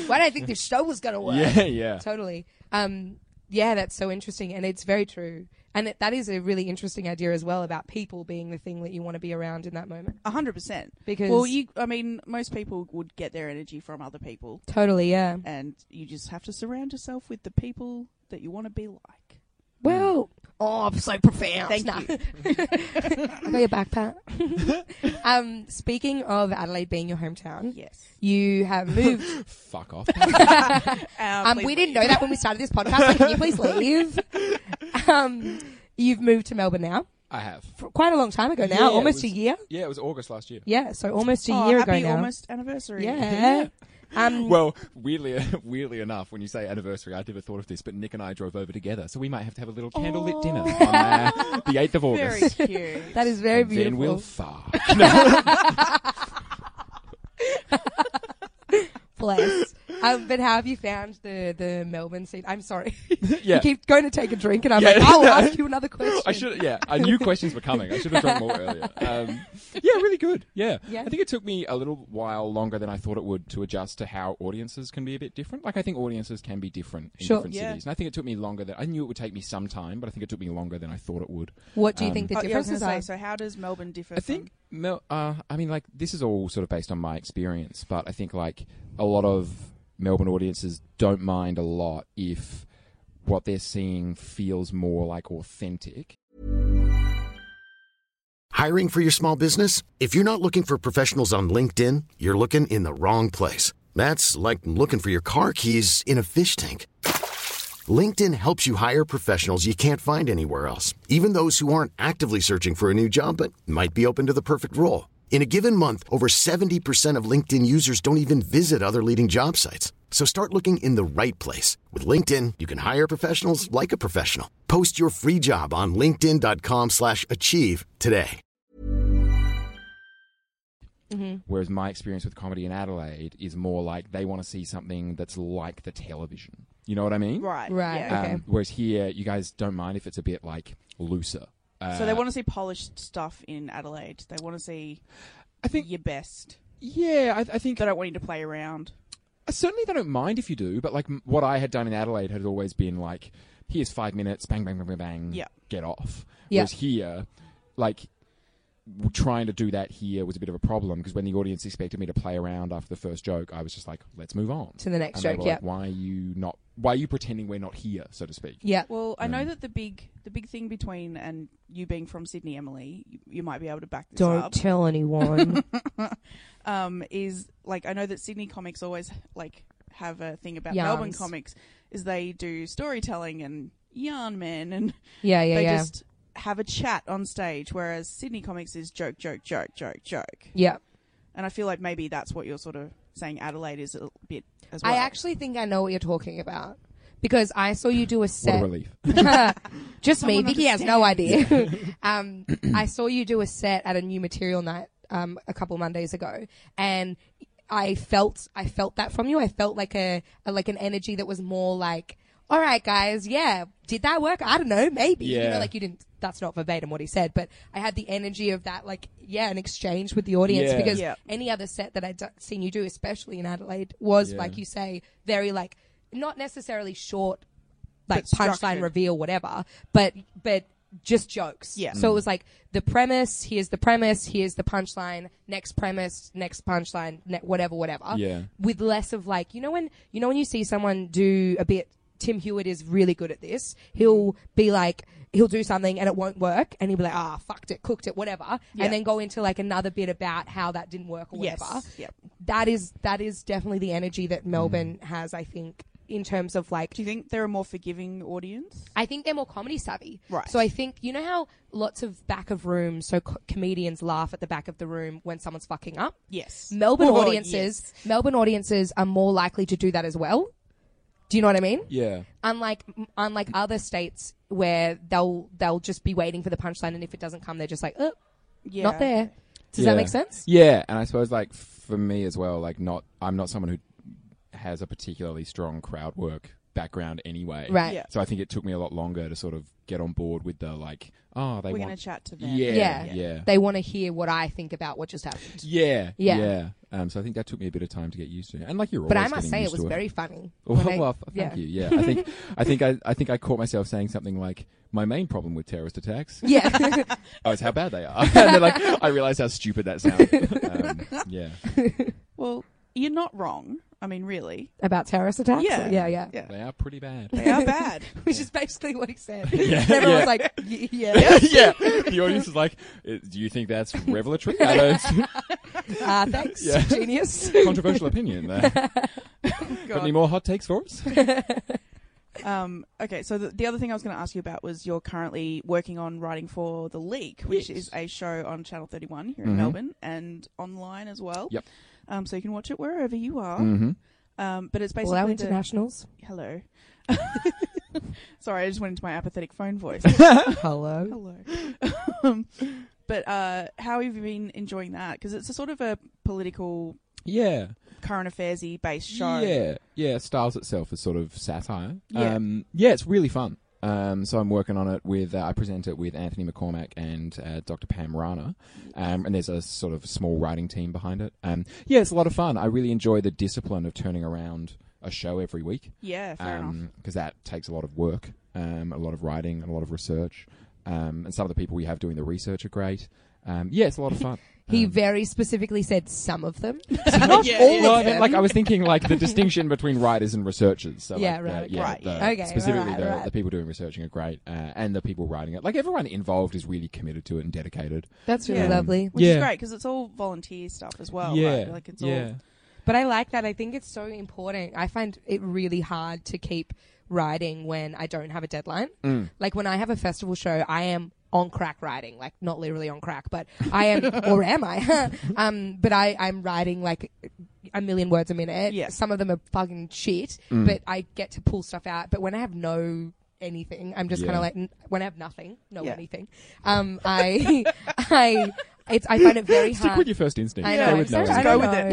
Speaker 2: Why did I think this show was gonna work?
Speaker 3: Yeah, yeah.
Speaker 2: Totally. Um, yeah, that's so interesting, and it's very true. And it, that is a really interesting idea as well about people being the thing that you want to be around in that moment.
Speaker 1: A hundred percent.
Speaker 2: Because-
Speaker 1: well, you, I mean, most people would get their energy from other people,
Speaker 2: Totally, yeah.
Speaker 1: and you just have to surround yourself with the people that you want to be like.
Speaker 2: Well, oh, I'm so profound.
Speaker 1: Thank
Speaker 2: Nah.
Speaker 1: you.
Speaker 2: I got your back, Pat. um, speaking of Adelaide being your hometown,
Speaker 1: Yes.
Speaker 2: you have moved.
Speaker 3: Fuck off.
Speaker 2: Um, we didn't know that when we started this podcast. Like, can you please leave? Um, you've moved to Melbourne now,
Speaker 3: I have.
Speaker 2: for quite a long time ago now,
Speaker 3: Yeah, it
Speaker 2: almost
Speaker 3: was-
Speaker 2: a year.
Speaker 3: Yeah, it was August last year.
Speaker 2: Yeah, so almost a
Speaker 1: oh,
Speaker 2: year
Speaker 1: happy
Speaker 2: ago now.
Speaker 1: almost anniversary.
Speaker 2: yeah. Um,
Speaker 3: Well, weirdly, weirdly enough, when you say anniversary, I never thought of this, but Nick and I drove over together, so we might have to have a little candlelit dinner on uh, the eighth of August.
Speaker 1: Very cute. Oh,
Speaker 2: that is very
Speaker 3: And
Speaker 2: beautiful.
Speaker 3: Then we'll fuck.
Speaker 2: Bless. Um, but how have you found the, the Melbourne scene? I'm sorry.
Speaker 3: yeah.
Speaker 2: you keep going to take a drink, and I'm
Speaker 3: Yeah.
Speaker 2: like, I'll ask you another question.
Speaker 3: I should. Yeah, I knew questions were coming. I should have drunk more earlier. Um, yeah, really good. Yeah.
Speaker 2: Yeah.
Speaker 3: I think it took me a little while longer than I thought it would to adjust to how audiences can be a bit different. Like I think audiences can be different in
Speaker 2: Sure.
Speaker 3: different
Speaker 1: Yeah.
Speaker 3: cities, and I think it took me longer than I knew it would take me some time, but I think it took me longer than I thought it would.
Speaker 2: What do you
Speaker 3: Um,
Speaker 2: think the
Speaker 1: Oh, yeah, I was
Speaker 2: differences
Speaker 1: gonna
Speaker 2: are?
Speaker 1: say, so how does Melbourne differ?
Speaker 3: I think, Mel, uh, I mean, like, this is all sort of based on my experience, but I think, like, a lot of Melbourne audiences don't mind a lot if what they're seeing feels more like authentic.
Speaker 5: Hiring for your small business? If you're not looking for professionals on LinkedIn, you're looking in the wrong place. That's like looking for your car keys in a fish tank. LinkedIn helps you hire professionals you can't find anywhere else, even those who aren't actively searching for a new job but might be open to the perfect role. In a given month, over 70% of LinkedIn users don't even visit other leading job sites. So start looking in the right place. With LinkedIn, you can hire professionals like a professional. Post your free job on linkedin.com/achieve slash achieve today.
Speaker 2: Mm-hmm.
Speaker 3: Whereas my experience with comedy in Adelaide is more like they want to see something that's like the television. You know what I mean?
Speaker 1: Right.
Speaker 2: Right,
Speaker 1: Yeah.
Speaker 3: Um,
Speaker 2: Okay.
Speaker 3: Whereas here, you guys don't mind if it's a bit, like, looser. Uh,
Speaker 1: so they want to see polished stuff in Adelaide. They want to see
Speaker 3: I think,
Speaker 1: your best.
Speaker 3: yeah, I, I think
Speaker 1: They don't want you to play around.
Speaker 3: Uh, Certainly, they don't mind if you do, but like m- what I had done in Adelaide had always been like, here's five minutes, bang, bang, bang, bang, bang,
Speaker 1: Yeah.
Speaker 3: get off.
Speaker 2: Yeah.
Speaker 3: Whereas here, like, w- trying to do that here was a bit of a problem because when the audience expected me to play around after the first joke, I was just like, let's move on
Speaker 2: To the next
Speaker 3: And they
Speaker 2: joke,
Speaker 3: were
Speaker 2: yeah.
Speaker 3: Like, Why are you not? Why are you pretending we're not here, so to speak?
Speaker 2: yeah.
Speaker 1: Well, I
Speaker 2: Mm.
Speaker 1: know that the big the big thing between and you being from Sydney, Emily, you, you might be able to back this up.
Speaker 2: tell anyone.
Speaker 1: um, is like I know that Sydney comics always like have a thing about
Speaker 2: Yarns.
Speaker 1: Melbourne comics is they do storytelling and yarn men and
Speaker 2: yeah, yeah,
Speaker 1: they
Speaker 2: yeah.
Speaker 1: just have a chat on stage, whereas Sydney comics is joke, joke, joke, joke, joke.
Speaker 2: yeah.
Speaker 1: And I feel like maybe that's what you're sort of saying. Adelaide is a bit as well.
Speaker 2: I actually think I know what you're talking about because I saw you do a
Speaker 3: What a
Speaker 2: set.
Speaker 3: relief!
Speaker 2: Just me. Vicky has no idea. um, I saw you do a set at a new material night um, a couple Mondays ago, and I felt I felt that from you. I felt like a, a like an energy that was more like, all right, guys, yeah, did that work? I don't know, maybe. You know,
Speaker 3: Yeah.
Speaker 2: like you didn't. That's not verbatim what he said, but I had the energy of that, like, yeah, an exchange with the audience
Speaker 3: Yeah.
Speaker 2: because
Speaker 1: Yeah.
Speaker 2: any other set that I'd d- seen you do, especially in Adelaide, was
Speaker 3: Yeah.
Speaker 2: like you say, very like not necessarily short, like
Speaker 1: But
Speaker 2: punchline
Speaker 1: structured.
Speaker 2: reveal, whatever, but but just jokes.
Speaker 1: Yeah.
Speaker 2: So it was like the premise. Here's the premise. Here's the punchline. Next premise. Next punchline. Ne- whatever, whatever.
Speaker 3: Yeah.
Speaker 2: With less of like you know when you know when you see someone do a bit. Tim Hewitt is really good at this. He'll be like, he'll do something and it won't work, and he'll be like, ah, fucked it, cooked it, whatever,
Speaker 1: Yeah.
Speaker 2: and then go into like another bit about how that didn't work or
Speaker 1: yes,
Speaker 2: whatever
Speaker 1: yep.
Speaker 2: that is that is definitely the energy that Melbourne has. I think in terms of like,
Speaker 1: Do you think they're a more forgiving audience?
Speaker 2: I think they're more comedy savvy.
Speaker 1: Right.
Speaker 2: So I think you know how lots of back of room, so co- comedians laugh at the back of the room when someone's fucking up.
Speaker 1: Yes.
Speaker 2: Melbourne
Speaker 1: Well,
Speaker 2: audiences, Melbourne audiences are more likely to do that as well. Do you know what I mean?
Speaker 3: Yeah,
Speaker 2: Unlike unlike other states where they'll they'll just be waiting for the punchline, and if it doesn't come, they're just like, oh,
Speaker 1: Yeah.
Speaker 2: not there. Does
Speaker 3: Yeah.
Speaker 2: that make sense?
Speaker 3: Yeah, and I suppose like for me as well, like not I'm not someone who has a particularly strong crowd work background anyway.
Speaker 2: Right.
Speaker 1: Yeah.
Speaker 3: So I think it took me a lot longer to sort of get on board with the like, oh, they
Speaker 1: We're going to
Speaker 3: want.
Speaker 1: chat to them.
Speaker 3: yeah,
Speaker 2: Yeah.
Speaker 3: yeah, yeah,
Speaker 2: They want to hear what I think about what just happened.
Speaker 3: yeah,
Speaker 2: Yeah.
Speaker 3: Um, so I think that took me a bit of time to get used to, and like you're.
Speaker 2: But I
Speaker 3: always
Speaker 2: must
Speaker 3: getting
Speaker 2: say, it
Speaker 3: used
Speaker 2: was
Speaker 3: to
Speaker 2: very funny.
Speaker 3: Well,
Speaker 2: when I-
Speaker 3: well, f- thank
Speaker 2: yeah.
Speaker 3: you. Yeah, I think I think I, I think I caught myself saying something like, "My main problem with terrorist attacks,
Speaker 2: Yeah.
Speaker 3: oh, is how bad they are." and then, like, I realized how stupid that sounded. Um, yeah,
Speaker 1: Well, you're not wrong. I mean, really.
Speaker 2: about terrorist attacks?
Speaker 1: Yeah.
Speaker 2: Yeah, yeah.
Speaker 1: Yeah.
Speaker 3: they are pretty bad.
Speaker 1: They are bad.
Speaker 2: Which is basically what he said.
Speaker 3: Yeah.
Speaker 2: Everyone
Speaker 3: Yeah.
Speaker 2: was like, "Y- yeah.
Speaker 3: yeah, the audience is like, "Uh, "Do you think that's revelatory? I don't.
Speaker 2: Uh, thanks,
Speaker 3: Yeah.
Speaker 2: genius.
Speaker 3: Controversial opinion. There. Got any more hot takes for us?
Speaker 1: Um, okay, so the, the other thing I was going to ask you about was you're currently working on writing for The Leak, which
Speaker 3: Yes.
Speaker 1: is a show on Channel 31 here
Speaker 3: Mhm.
Speaker 1: in Melbourne and online as well.
Speaker 3: Yep.
Speaker 1: Um, so you can watch it wherever you are.
Speaker 3: Mm-hmm.
Speaker 1: Um, but it's basically
Speaker 2: Well, our
Speaker 1: the-
Speaker 2: internationals.
Speaker 1: hello. Sorry, I just went into my apathetic phone voice.
Speaker 4: Hello.
Speaker 1: hello. um, but uh, how have you been enjoying that? Because it's a sort of a political,
Speaker 3: Yeah.
Speaker 1: current affairsy based show.
Speaker 3: Yeah, yeah. Styles itself is sort of satire.
Speaker 1: Yeah.
Speaker 3: um, yeah. It's really fun. Um, so I'm working on it with uh, I present it with Anthony McCormack and uh, Dr. Pam Rana, um, and there's a sort of small writing team behind it. Um, yeah, it's a lot of fun. I really enjoy the discipline of turning around a show every week
Speaker 1: Yeah, fair enough.
Speaker 3: because that takes a lot of work, um, a lot of writing, and a lot of research. Um, and some of the people we have doing the research are great. Um, yeah, it's a lot of fun.
Speaker 2: He
Speaker 3: Um,
Speaker 2: very specifically said some of them. Not
Speaker 1: Yeah,
Speaker 2: all
Speaker 1: yeah,
Speaker 3: well, I
Speaker 2: of
Speaker 3: mean,
Speaker 2: them.
Speaker 3: like I was thinking, like the distinction between writers and researchers. So,
Speaker 2: Yeah,
Speaker 3: like,
Speaker 2: right,
Speaker 3: The, yeah,
Speaker 1: right,
Speaker 3: the-
Speaker 1: yeah.
Speaker 2: Okay,
Speaker 3: specifically,
Speaker 2: right,
Speaker 3: the,
Speaker 2: right.
Speaker 3: the people doing researching are great, uh, and the people writing it. Like everyone involved is really committed to it and dedicated.
Speaker 2: That's really
Speaker 1: Yeah.
Speaker 2: lovely.
Speaker 1: Which is
Speaker 3: Yeah.
Speaker 1: great because it's all volunteer stuff as well.
Speaker 3: yeah,
Speaker 1: Right? Like it's
Speaker 3: yeah.
Speaker 1: all.
Speaker 2: But I like that. I think it's so important. I find it really hard to keep writing when I don't have a deadline.
Speaker 3: Mm.
Speaker 2: Like when I have a festival show, I am on crack writing, like not literally on crack, but I am, or am I? um, but I, I'm writing like a million words a minute.
Speaker 1: Yeah.
Speaker 2: Some of them are fucking shit,
Speaker 3: Mm.
Speaker 2: but I get to pull stuff out. But when I have no anything, I'm just
Speaker 3: Yeah.
Speaker 2: kind of like, n- when I have nothing, no
Speaker 1: Yeah.
Speaker 2: anything, um, I, I, it's, I find it very
Speaker 3: Stick
Speaker 2: hard.
Speaker 3: with your first instinct.
Speaker 2: I
Speaker 1: Yeah,
Speaker 2: know.
Speaker 3: Go
Speaker 2: I'm
Speaker 3: with
Speaker 2: so,
Speaker 3: no
Speaker 2: I
Speaker 3: instinct.
Speaker 2: don't
Speaker 1: Go with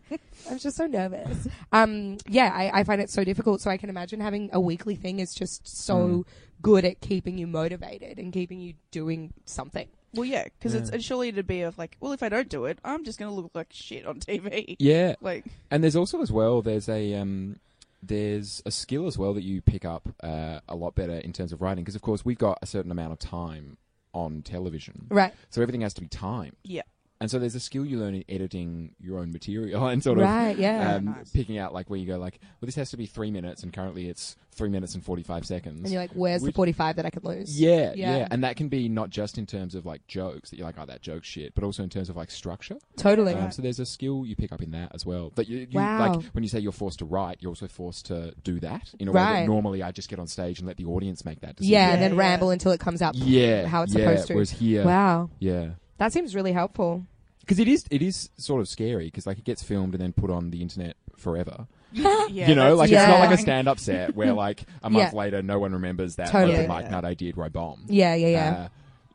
Speaker 2: know, guys. I'm just so nervous. Um, yeah, I, I find it so difficult. So I can imagine having a weekly thing is just so good at keeping you motivated and keeping you doing something.
Speaker 1: Well, yeah, because it's, it's surely to be of like, well, if I don't do it, I'm just going to look like shit on TV.
Speaker 3: Yeah,
Speaker 1: Like,
Speaker 3: and there's also as well there's a um, there's a skill as well that you pick up uh, a lot better in terms of writing because of course we've got a certain amount of time on television,
Speaker 2: Right.
Speaker 3: so everything has to be timed.
Speaker 1: yeah,
Speaker 3: And so there's a skill you learn in editing your own material and sort of
Speaker 2: right. Yeah.
Speaker 3: um,
Speaker 1: nice.
Speaker 3: picking out like where you go like well this has to be three minutes and currently it's three minutes and 45 seconds
Speaker 2: and you're like, where's the
Speaker 3: which-
Speaker 2: 45 that I could lose?
Speaker 3: yeah,
Speaker 2: Yeah.
Speaker 3: yeah and that can be not just in terms of like jokes that you're like oh that joke shit but also in terms of like structure
Speaker 2: Totally.
Speaker 3: um, so there's a skill you pick up in that as well that you, you
Speaker 2: Wow.
Speaker 3: like when you say you're forced to write you're also forced to do that in a way
Speaker 2: Right.
Speaker 3: that normally i just get on stage and let the audience make that decision
Speaker 2: yeah, and
Speaker 1: Yeah,
Speaker 2: then
Speaker 1: yeah.
Speaker 2: ramble until it comes out
Speaker 3: yeah
Speaker 2: how it's
Speaker 3: yeah,
Speaker 2: supposed to.
Speaker 3: whereas here
Speaker 2: Wow.
Speaker 3: yeah
Speaker 2: That seems really helpful.
Speaker 3: because it is it is sort of scary because like it gets filmed and then put on the internet forever
Speaker 1: yeah.
Speaker 3: you know,
Speaker 1: that's
Speaker 3: like it's
Speaker 2: Yeah.
Speaker 3: not like a
Speaker 1: fine.
Speaker 3: stand up set where like a month
Speaker 2: Yeah.
Speaker 3: later no one remembers that
Speaker 2: Totally.
Speaker 3: open mic
Speaker 1: Yeah.
Speaker 3: night I did where I bombed.
Speaker 2: Yeah, yeah, yeah.
Speaker 3: Uh,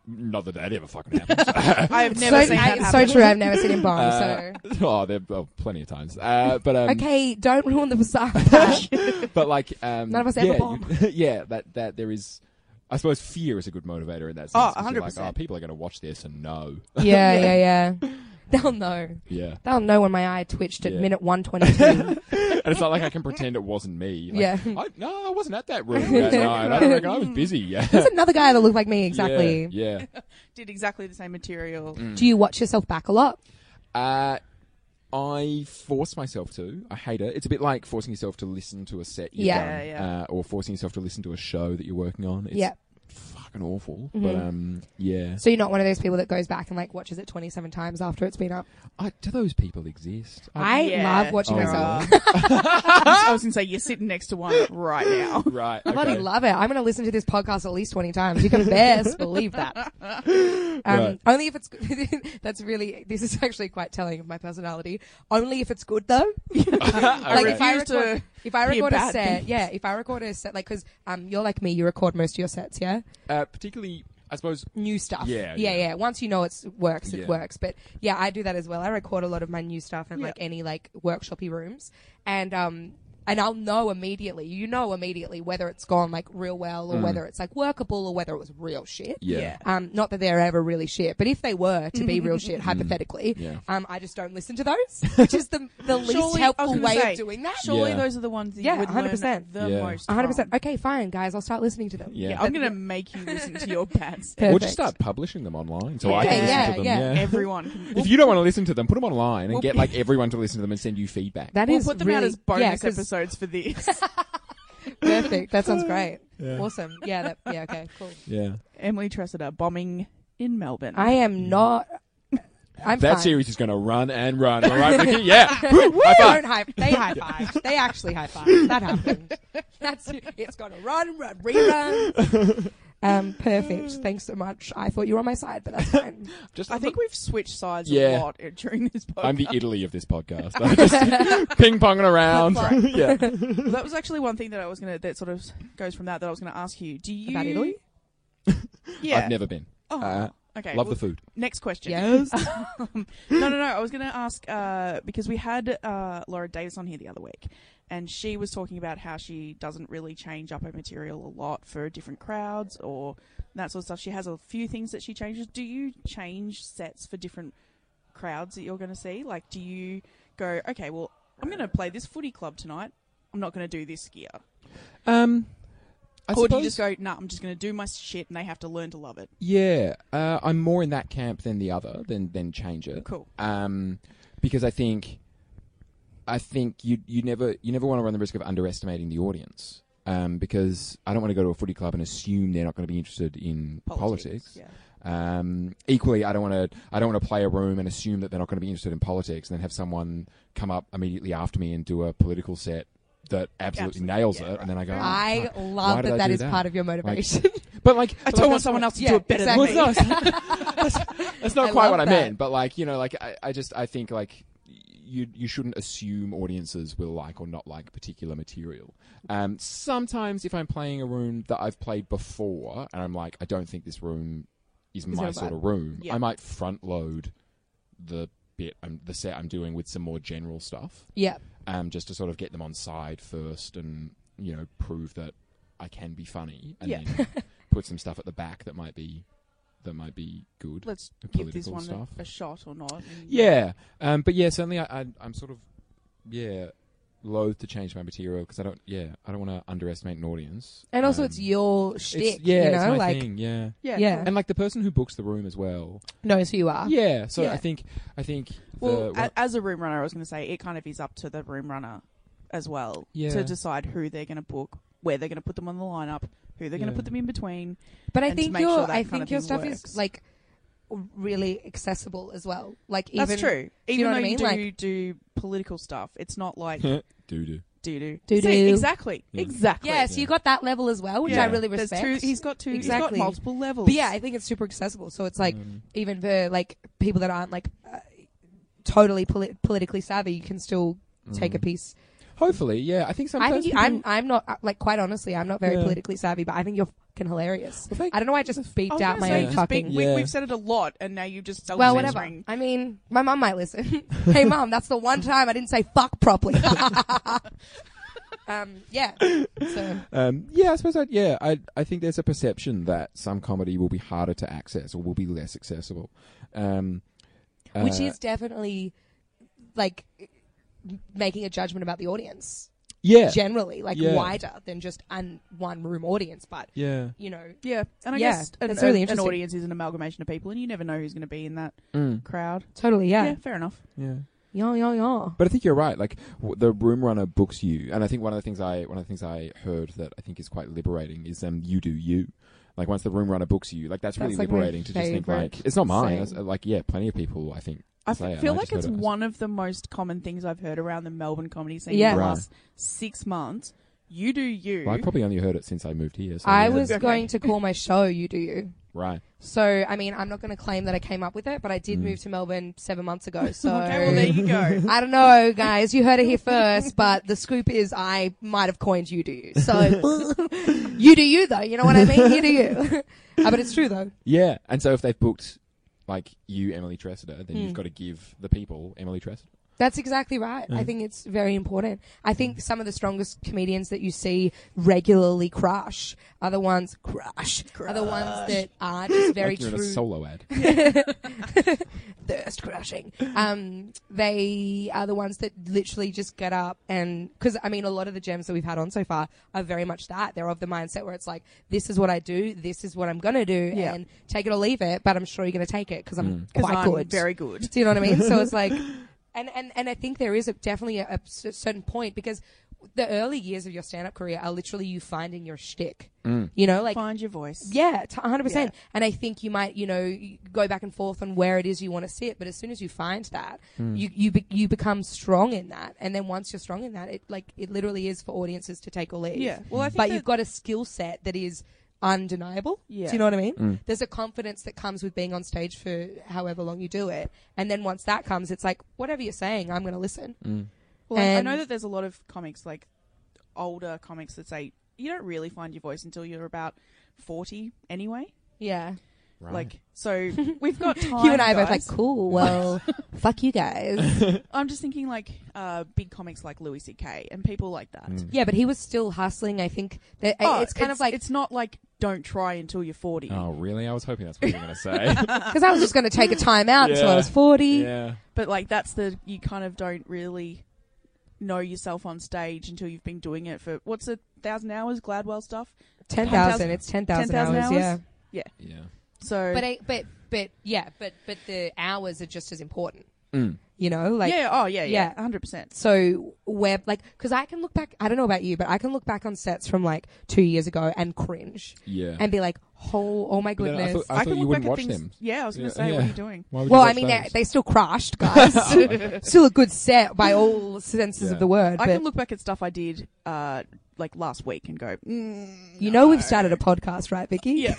Speaker 3: not that that ever fucking happened.
Speaker 1: I have never
Speaker 2: so,
Speaker 1: seen that
Speaker 2: I- so
Speaker 1: happen.
Speaker 2: true. I've never seen him bomb.
Speaker 3: Uh,
Speaker 2: so.
Speaker 3: oh, there well, plenty of times. Uh, but um,
Speaker 2: Okay, don't ruin the facade.
Speaker 3: but like um,
Speaker 2: None of us
Speaker 3: yeah,
Speaker 2: ever bomb.
Speaker 3: you- yeah, that that there is. I suppose fear is a good motivator in that sense.
Speaker 1: Oh,
Speaker 3: 'cause
Speaker 1: 100%.
Speaker 3: you're Like, oh, people are going to watch this and know.
Speaker 2: yeah, yeah, yeah. They'll know.
Speaker 3: Yeah,
Speaker 2: They'll know when my eye twitched at
Speaker 3: Yeah.
Speaker 2: minute 122.
Speaker 3: and it's not like I can pretend it wasn't me. Like,
Speaker 2: Yeah.
Speaker 3: I, no, I wasn't at that room that night. I don't reckon I was busy. Yeah,
Speaker 2: There's another guy that looked like me, exactly.
Speaker 3: Yeah, yeah.
Speaker 1: Did exactly the same material.
Speaker 3: Mm.
Speaker 2: Do you watch yourself back a lot?
Speaker 3: Uh, I force myself to. I hate it. It's a bit like forcing yourself to listen to a set you've
Speaker 2: Yeah.
Speaker 1: Yeah,
Speaker 3: done,
Speaker 1: yeah.
Speaker 3: Uh, or forcing yourself to listen to a show that you're working on. It's
Speaker 2: Yeah.
Speaker 3: fucking awful.
Speaker 2: Mm-hmm.
Speaker 3: But um, yeah.
Speaker 2: So you're not one of those people that goes back and like watches it 27 times after it's been up.
Speaker 3: I, do those people exist?
Speaker 2: I
Speaker 1: Yeah.
Speaker 2: love watching
Speaker 3: Oh,
Speaker 2: myself.
Speaker 1: I was going to say, you're sitting next to one right now.
Speaker 3: right.
Speaker 2: I bloody
Speaker 3: okay.
Speaker 2: love it. I'm going to listen to this podcast at least 20 times. You can best believe that. Um,
Speaker 3: Right.
Speaker 2: Only if it's good. that's really, this is actually quite telling of my personality. Only if it's good though. like if I
Speaker 1: refuse to
Speaker 2: record, if I
Speaker 1: hear
Speaker 2: record a
Speaker 1: bad
Speaker 2: set,
Speaker 1: things.
Speaker 2: yeah, if I record a set, like, cause, um, you're like me, you record most of your sets, yeah?
Speaker 3: Uh, particularly, I suppose.
Speaker 2: new stuff.
Speaker 3: Yeah,
Speaker 2: yeah,
Speaker 3: yeah.
Speaker 2: Once you know it's works, it
Speaker 3: Yeah.
Speaker 2: works. But yeah, I do that as well. I record a lot of my new stuff in
Speaker 1: Yeah.
Speaker 2: like any like workshoppy rooms, and um, and I'll know immediately. You know immediately whether it's gone like real well or whether it's like workable or whether it was real shit.
Speaker 3: Mm. Yeah. Yeah.
Speaker 2: Um, not that they're ever really shit, but if they were to be real shit, hypothetically,
Speaker 3: Mm. Yeah.
Speaker 2: um, I just don't listen to those, which is the the least
Speaker 1: Surely- I was
Speaker 2: helpful
Speaker 1: gonna
Speaker 2: way
Speaker 1: say,
Speaker 2: of doing that.
Speaker 1: Surely
Speaker 3: Yeah.
Speaker 1: those are the ones that
Speaker 2: Yeah,
Speaker 1: you would
Speaker 2: 100%.
Speaker 1: learn the
Speaker 3: Yeah.
Speaker 1: most.
Speaker 2: 100%.
Speaker 1: from.
Speaker 2: Okay, fine, guys. I'll start listening to them.
Speaker 3: Yeah.
Speaker 1: I'm gonna make you listen to your pants.
Speaker 2: Perfect.
Speaker 3: We'll just start publishing them online so I
Speaker 2: Yeah,
Speaker 3: can listen
Speaker 2: yeah,
Speaker 3: to them.
Speaker 2: yeah.
Speaker 1: Everyone. Can,
Speaker 3: If you don't want to listen to them, put them online and
Speaker 2: Well-
Speaker 3: get like everyone to listen to them and send you feedback.
Speaker 2: That
Speaker 1: we'll
Speaker 2: is
Speaker 1: put them out
Speaker 2: really-
Speaker 1: as bonus
Speaker 2: yeah, 'cause-
Speaker 1: episodes for this.
Speaker 2: Perfect. That sounds great. Awesome. Yeah. That, yeah. Okay. Cool.
Speaker 3: yeah.
Speaker 1: Emily Tressida bombing in Melbourne.
Speaker 2: I am not. I'm
Speaker 3: That
Speaker 2: fine.
Speaker 3: series is going to run and run. All right, Vicky? Yeah. Woo, woo.
Speaker 2: They don't high. They high five. They actually high five. That happened. That's it's gonna run, run, rerun. Um, perfect. Thanks so much. I thought you were on my side, but that's fine.
Speaker 3: Just
Speaker 1: I think we've switched sides a
Speaker 3: Yeah.
Speaker 1: lot during this podcast.
Speaker 3: I'm the Italy of this podcast. I'm just ping ponging around. yeah.
Speaker 1: that was actually one thing that I was gonna that sort of goes from that that I was gonna ask you. Do you
Speaker 2: About Italy?
Speaker 1: Yeah.
Speaker 3: I've never been.
Speaker 1: Oh,
Speaker 3: Uh,
Speaker 1: okay.
Speaker 3: Love
Speaker 1: well,
Speaker 3: the food.
Speaker 1: Next question.
Speaker 2: Yes.
Speaker 1: Um, no, no, no. I was going to ask uh, because we had uh, Laura Davis on here the other week, and she was talking about how she doesn't really change up her material a lot for different crowds or that sort of stuff. She has a few things that she changes. Do you change sets for different crowds that you're going to see? Like, do you go, okay, well, I'm going to play this footy club tonight. I'm not going to do this gear.
Speaker 3: Um, I
Speaker 1: or do you
Speaker 3: suppose-
Speaker 1: just go, nah, I'm just going to do my shit and they have to learn to love it?
Speaker 3: Yeah, uh, I'm more in that camp than the other. Than than change it.
Speaker 1: Cool.
Speaker 3: Um, because I think, I think you you never you never want to run the risk of underestimating the audience. Um, because I don't want to go to a footy club and assume they're not going to be interested in politics.
Speaker 1: Yeah.
Speaker 3: Um, equally, I don't want to. I don't want to play a room and assume that they're not going to be interested in politics, and then have someone come up immediately after me and do a political set that absolutely,
Speaker 1: Absolutely,
Speaker 3: nails
Speaker 1: yeah,
Speaker 3: it, and then I go. "Oh,
Speaker 2: I
Speaker 3: fuck, why
Speaker 2: love that
Speaker 3: did I
Speaker 2: that
Speaker 3: do
Speaker 2: is part of your motivation.
Speaker 3: But like,
Speaker 1: I don't want someone else to
Speaker 2: Yeah,
Speaker 1: do it better
Speaker 2: exactly.
Speaker 1: than me.
Speaker 3: Well, it's not- that's, that's not
Speaker 2: I
Speaker 3: quite
Speaker 2: love
Speaker 3: what I
Speaker 2: that.
Speaker 3: meant, but like you know, like I, I just I think like you you shouldn't assume audiences will like or not like particular material. Um, sometimes if I'm playing a room that I've played before and I'm like I don't think this room is my
Speaker 2: our
Speaker 3: sort
Speaker 2: vibe.
Speaker 3: of room,
Speaker 1: Yeah.
Speaker 3: I might front load the bit I'm, the set I'm doing with some more general stuff,
Speaker 2: yeah.
Speaker 3: um, just to sort of get them on side first and you know prove that I can be funny and
Speaker 1: Yeah.
Speaker 3: then put some stuff at the back that might be that might be good.
Speaker 1: Let's
Speaker 3: The
Speaker 1: give this
Speaker 3: political
Speaker 1: one
Speaker 3: stuff.
Speaker 1: a, a shot or not. and-
Speaker 3: Yeah, um, but yeah, certainly I, I, I'm sort of yeah loath to change my material because I don't yeah I don't want to underestimate an audience.
Speaker 2: And also,
Speaker 3: Um,
Speaker 2: it's your
Speaker 3: it's-
Speaker 2: shtick.
Speaker 3: yeah,
Speaker 2: you
Speaker 3: it's
Speaker 2: know,
Speaker 3: my
Speaker 2: like
Speaker 3: thing, yeah,
Speaker 1: Yeah.
Speaker 2: Yeah.
Speaker 1: cool.
Speaker 3: and like the person who books the room as well.
Speaker 2: knows who you are.
Speaker 3: yeah, so
Speaker 2: Ah, Yeah.
Speaker 3: I think I think
Speaker 1: Well,
Speaker 3: the,
Speaker 1: a, as a room runner, I was going to say it kind of is up to the room runner as well
Speaker 3: Yeah.
Speaker 1: to decide who they're going to book, where they're going to put them on the lineup, who they're going
Speaker 3: Yeah.
Speaker 1: to put them in between.
Speaker 2: But I
Speaker 1: and to
Speaker 2: think
Speaker 1: make
Speaker 2: your
Speaker 1: sure that
Speaker 2: I
Speaker 1: kind
Speaker 2: think
Speaker 1: of
Speaker 2: your
Speaker 1: thing
Speaker 2: stuff is
Speaker 1: works.
Speaker 2: like really accessible as well. Like even
Speaker 1: That's true.
Speaker 2: do you
Speaker 1: Even
Speaker 2: know
Speaker 1: though
Speaker 2: what I
Speaker 1: you
Speaker 2: mean?
Speaker 1: do
Speaker 2: Like-
Speaker 1: do political stuff, it's not like
Speaker 3: do do
Speaker 1: doo doo.
Speaker 2: Doo-doo.
Speaker 1: See, exactly,
Speaker 3: Yeah.
Speaker 1: exactly.
Speaker 2: Yeah, so you got that level as well, which
Speaker 3: Yeah.
Speaker 2: I really
Speaker 1: There's
Speaker 2: respect.
Speaker 1: Two, he's got two. He's got
Speaker 2: Exactly.
Speaker 1: multiple levels.
Speaker 2: But yeah, I think it's super accessible. So it's like even for like people that aren't like uh, totally poli- politically savvy, you can still take a piece.
Speaker 3: Hopefully, yeah. I think sometimes
Speaker 2: I think you,
Speaker 3: people-
Speaker 2: I'm I'm not uh, like quite honestly, I'm not very
Speaker 3: Yeah.
Speaker 2: politically savvy, but I think you're fucking hilarious.
Speaker 3: Well, thank-
Speaker 2: I don't know. why I just
Speaker 1: I was
Speaker 2: beeped
Speaker 1: gonna
Speaker 2: out my
Speaker 1: say, you
Speaker 2: own
Speaker 1: just
Speaker 2: fucking.
Speaker 1: being- we,
Speaker 3: Yeah.
Speaker 1: We've said it a lot, and now you just
Speaker 2: well, whatever.
Speaker 1: self-censoring.
Speaker 2: I mean, my mum might listen. hey, mum, that's the one time I didn't say fuck properly. um, yeah. So
Speaker 3: Um, yeah, I suppose. I, yeah, I I think there's a perception that some comedy will be harder to access or will be less accessible, um,
Speaker 2: which
Speaker 3: uh,
Speaker 2: is definitely like making a judgment about the audience
Speaker 3: yeah,
Speaker 2: generally, like
Speaker 3: Yeah.
Speaker 2: wider than just an one room audience. But
Speaker 3: yeah,
Speaker 2: you know,
Speaker 1: Yeah, and I
Speaker 2: Yeah,
Speaker 1: guess an,
Speaker 2: that's really
Speaker 1: an- an
Speaker 2: interesting.
Speaker 1: audience is an amalgamation of people, and you never know who's going to be in that
Speaker 3: Mm,
Speaker 1: crowd.
Speaker 2: totally,
Speaker 1: Yeah, fair enough.
Speaker 3: yeah.
Speaker 2: yeah, yeah, yeah.
Speaker 3: But I think you're right. Like w- the room runner books you, and I think one of the things I one of the things I heard that I think is quite liberating is um you do you. Like once the room runner books you, like that's really
Speaker 2: That's, like, my
Speaker 3: liberating to just think
Speaker 2: favourite
Speaker 3: like it's not mine.
Speaker 2: saying.
Speaker 3: That's, uh, like yeah, plenty of people I think.
Speaker 1: I
Speaker 3: say it, and
Speaker 1: feel
Speaker 3: I
Speaker 1: like
Speaker 3: just heard
Speaker 1: it's
Speaker 3: it.
Speaker 1: one of the most common things I've heard around the Melbourne comedy scene
Speaker 2: Yeah.
Speaker 1: in the
Speaker 3: Right.
Speaker 1: last six months. You do you.
Speaker 3: Well, I probably only heard it since I moved here. So
Speaker 2: Mm. I
Speaker 3: yeah.
Speaker 2: was
Speaker 1: Okay.
Speaker 2: going to call my show "You Do You."
Speaker 3: right.
Speaker 2: So I mean, I'm not going to claim that I came up with it, but I
Speaker 3: Mm.
Speaker 2: did move to Melbourne seven months ago. So
Speaker 1: okay, well there you go.
Speaker 2: I don't know, guys. You heard it here first, but the scoop is I might have coined "You Do You." So you do you, though. You know what I mean? You do you. Uh, but it's true though.
Speaker 3: Yeah,
Speaker 2: Hmm.
Speaker 3: and so if they've booked like you, Emily Tressida, then you've got to give the people Emily Tressida.
Speaker 2: That's exactly right. I think it's very important. I think some of the strongest comedians that you see regularly crush are the ones crush, are the ones that are just very
Speaker 3: like you're in a
Speaker 2: true
Speaker 3: solo ad.
Speaker 2: thirst crushing. Um, they are the ones that literally just get up and because I mean a lot of the gems that we've had on so far are very much that they're of the mindset where it's like this is what I do, this is what I'm gonna do,
Speaker 1: Yeah.
Speaker 2: and take it or leave it. But I'm sure you're gonna take it because I'm
Speaker 1: Because
Speaker 2: quite
Speaker 1: I'm
Speaker 2: good.
Speaker 1: very good.
Speaker 2: Do you know what I mean? So it's like, and and and I think there is a, definitely a, a s- certain point because the early years of your stand-up career are literally you finding your shtick. You know, like
Speaker 1: Find your voice.
Speaker 2: yeah, t- 100%. And I think you might, you know, you go back and forth on where it is you want to sit, but as soon as you find that,
Speaker 1: Hmm.
Speaker 2: you you be- you become strong in that. And then once you're strong in that, it like it literally is for audiences to take or leave.
Speaker 1: Yeah. Well, I think
Speaker 2: but
Speaker 1: that-
Speaker 2: you've got a skill set that is undeniable.
Speaker 1: Yeah. Hmm.
Speaker 2: Do you know what I mean? There's a confidence that comes with being on stage for however long you do it. And then once that comes, it's like whatever you're saying, I'm going to listen.
Speaker 1: Hmm. Well, I- I
Speaker 2: And-
Speaker 1: know that there's a lot of comics, like older comics, that say you don't really find your voice until you're about forty, anyway.
Speaker 2: Yeah.
Speaker 1: Like, so we've got time.
Speaker 2: you and I are both
Speaker 1: guys.
Speaker 2: like, cool, well, fuck you guys.
Speaker 1: I'm just thinking like uh, big comics like Louis C.K. and people like that.
Speaker 3: Mm.
Speaker 2: Yeah, but he was still hustling. I think that
Speaker 1: Oh,
Speaker 2: it's kind of like
Speaker 1: it's not like don't try until you're 40.
Speaker 3: Oh, really? I was hoping that's what you were going to say.
Speaker 2: because I was just going to take a time out until I
Speaker 3: Yeah.
Speaker 2: was forty.
Speaker 3: yeah.
Speaker 1: But like that's the you kind of don't really know yourself on stage until you've been doing it for what's a thousand hours Gladwell stuff.
Speaker 2: Ten thousand. It's ten thousand
Speaker 1: 10,000
Speaker 2: hours,
Speaker 1: hours?
Speaker 2: Yeah.
Speaker 3: Yeah.
Speaker 1: So
Speaker 2: But I, but but yeah, but but the hours are just as important.
Speaker 3: Mm,
Speaker 2: You know, like
Speaker 1: yeah, oh yeah, yeah,
Speaker 2: yeah.
Speaker 1: 100%.
Speaker 2: so where like because I can look back. I don't know about you, but I can look back on sets from like two years ago and cringe
Speaker 3: Yeah.
Speaker 2: and be like, oh, oh my
Speaker 3: But then
Speaker 2: goodness.
Speaker 3: I thought
Speaker 1: can
Speaker 3: you
Speaker 1: look
Speaker 3: wouldn't
Speaker 1: back
Speaker 3: watch
Speaker 1: at things.
Speaker 3: them.
Speaker 1: Yeah, I was going
Speaker 3: Yeah,
Speaker 1: to say, what
Speaker 3: yeah.
Speaker 1: are you doing?
Speaker 3: Why would you
Speaker 2: well, I
Speaker 3: watch
Speaker 2: mean, they,
Speaker 3: those? Oh
Speaker 2: they still crushed, guys. still a good set by all senses
Speaker 3: Yeah.
Speaker 2: of the word.
Speaker 1: I
Speaker 2: but
Speaker 1: can look back at stuff I did uh, like last week and go, mm,
Speaker 2: you know, we've started a podcast, right, Vicky?
Speaker 1: yeah.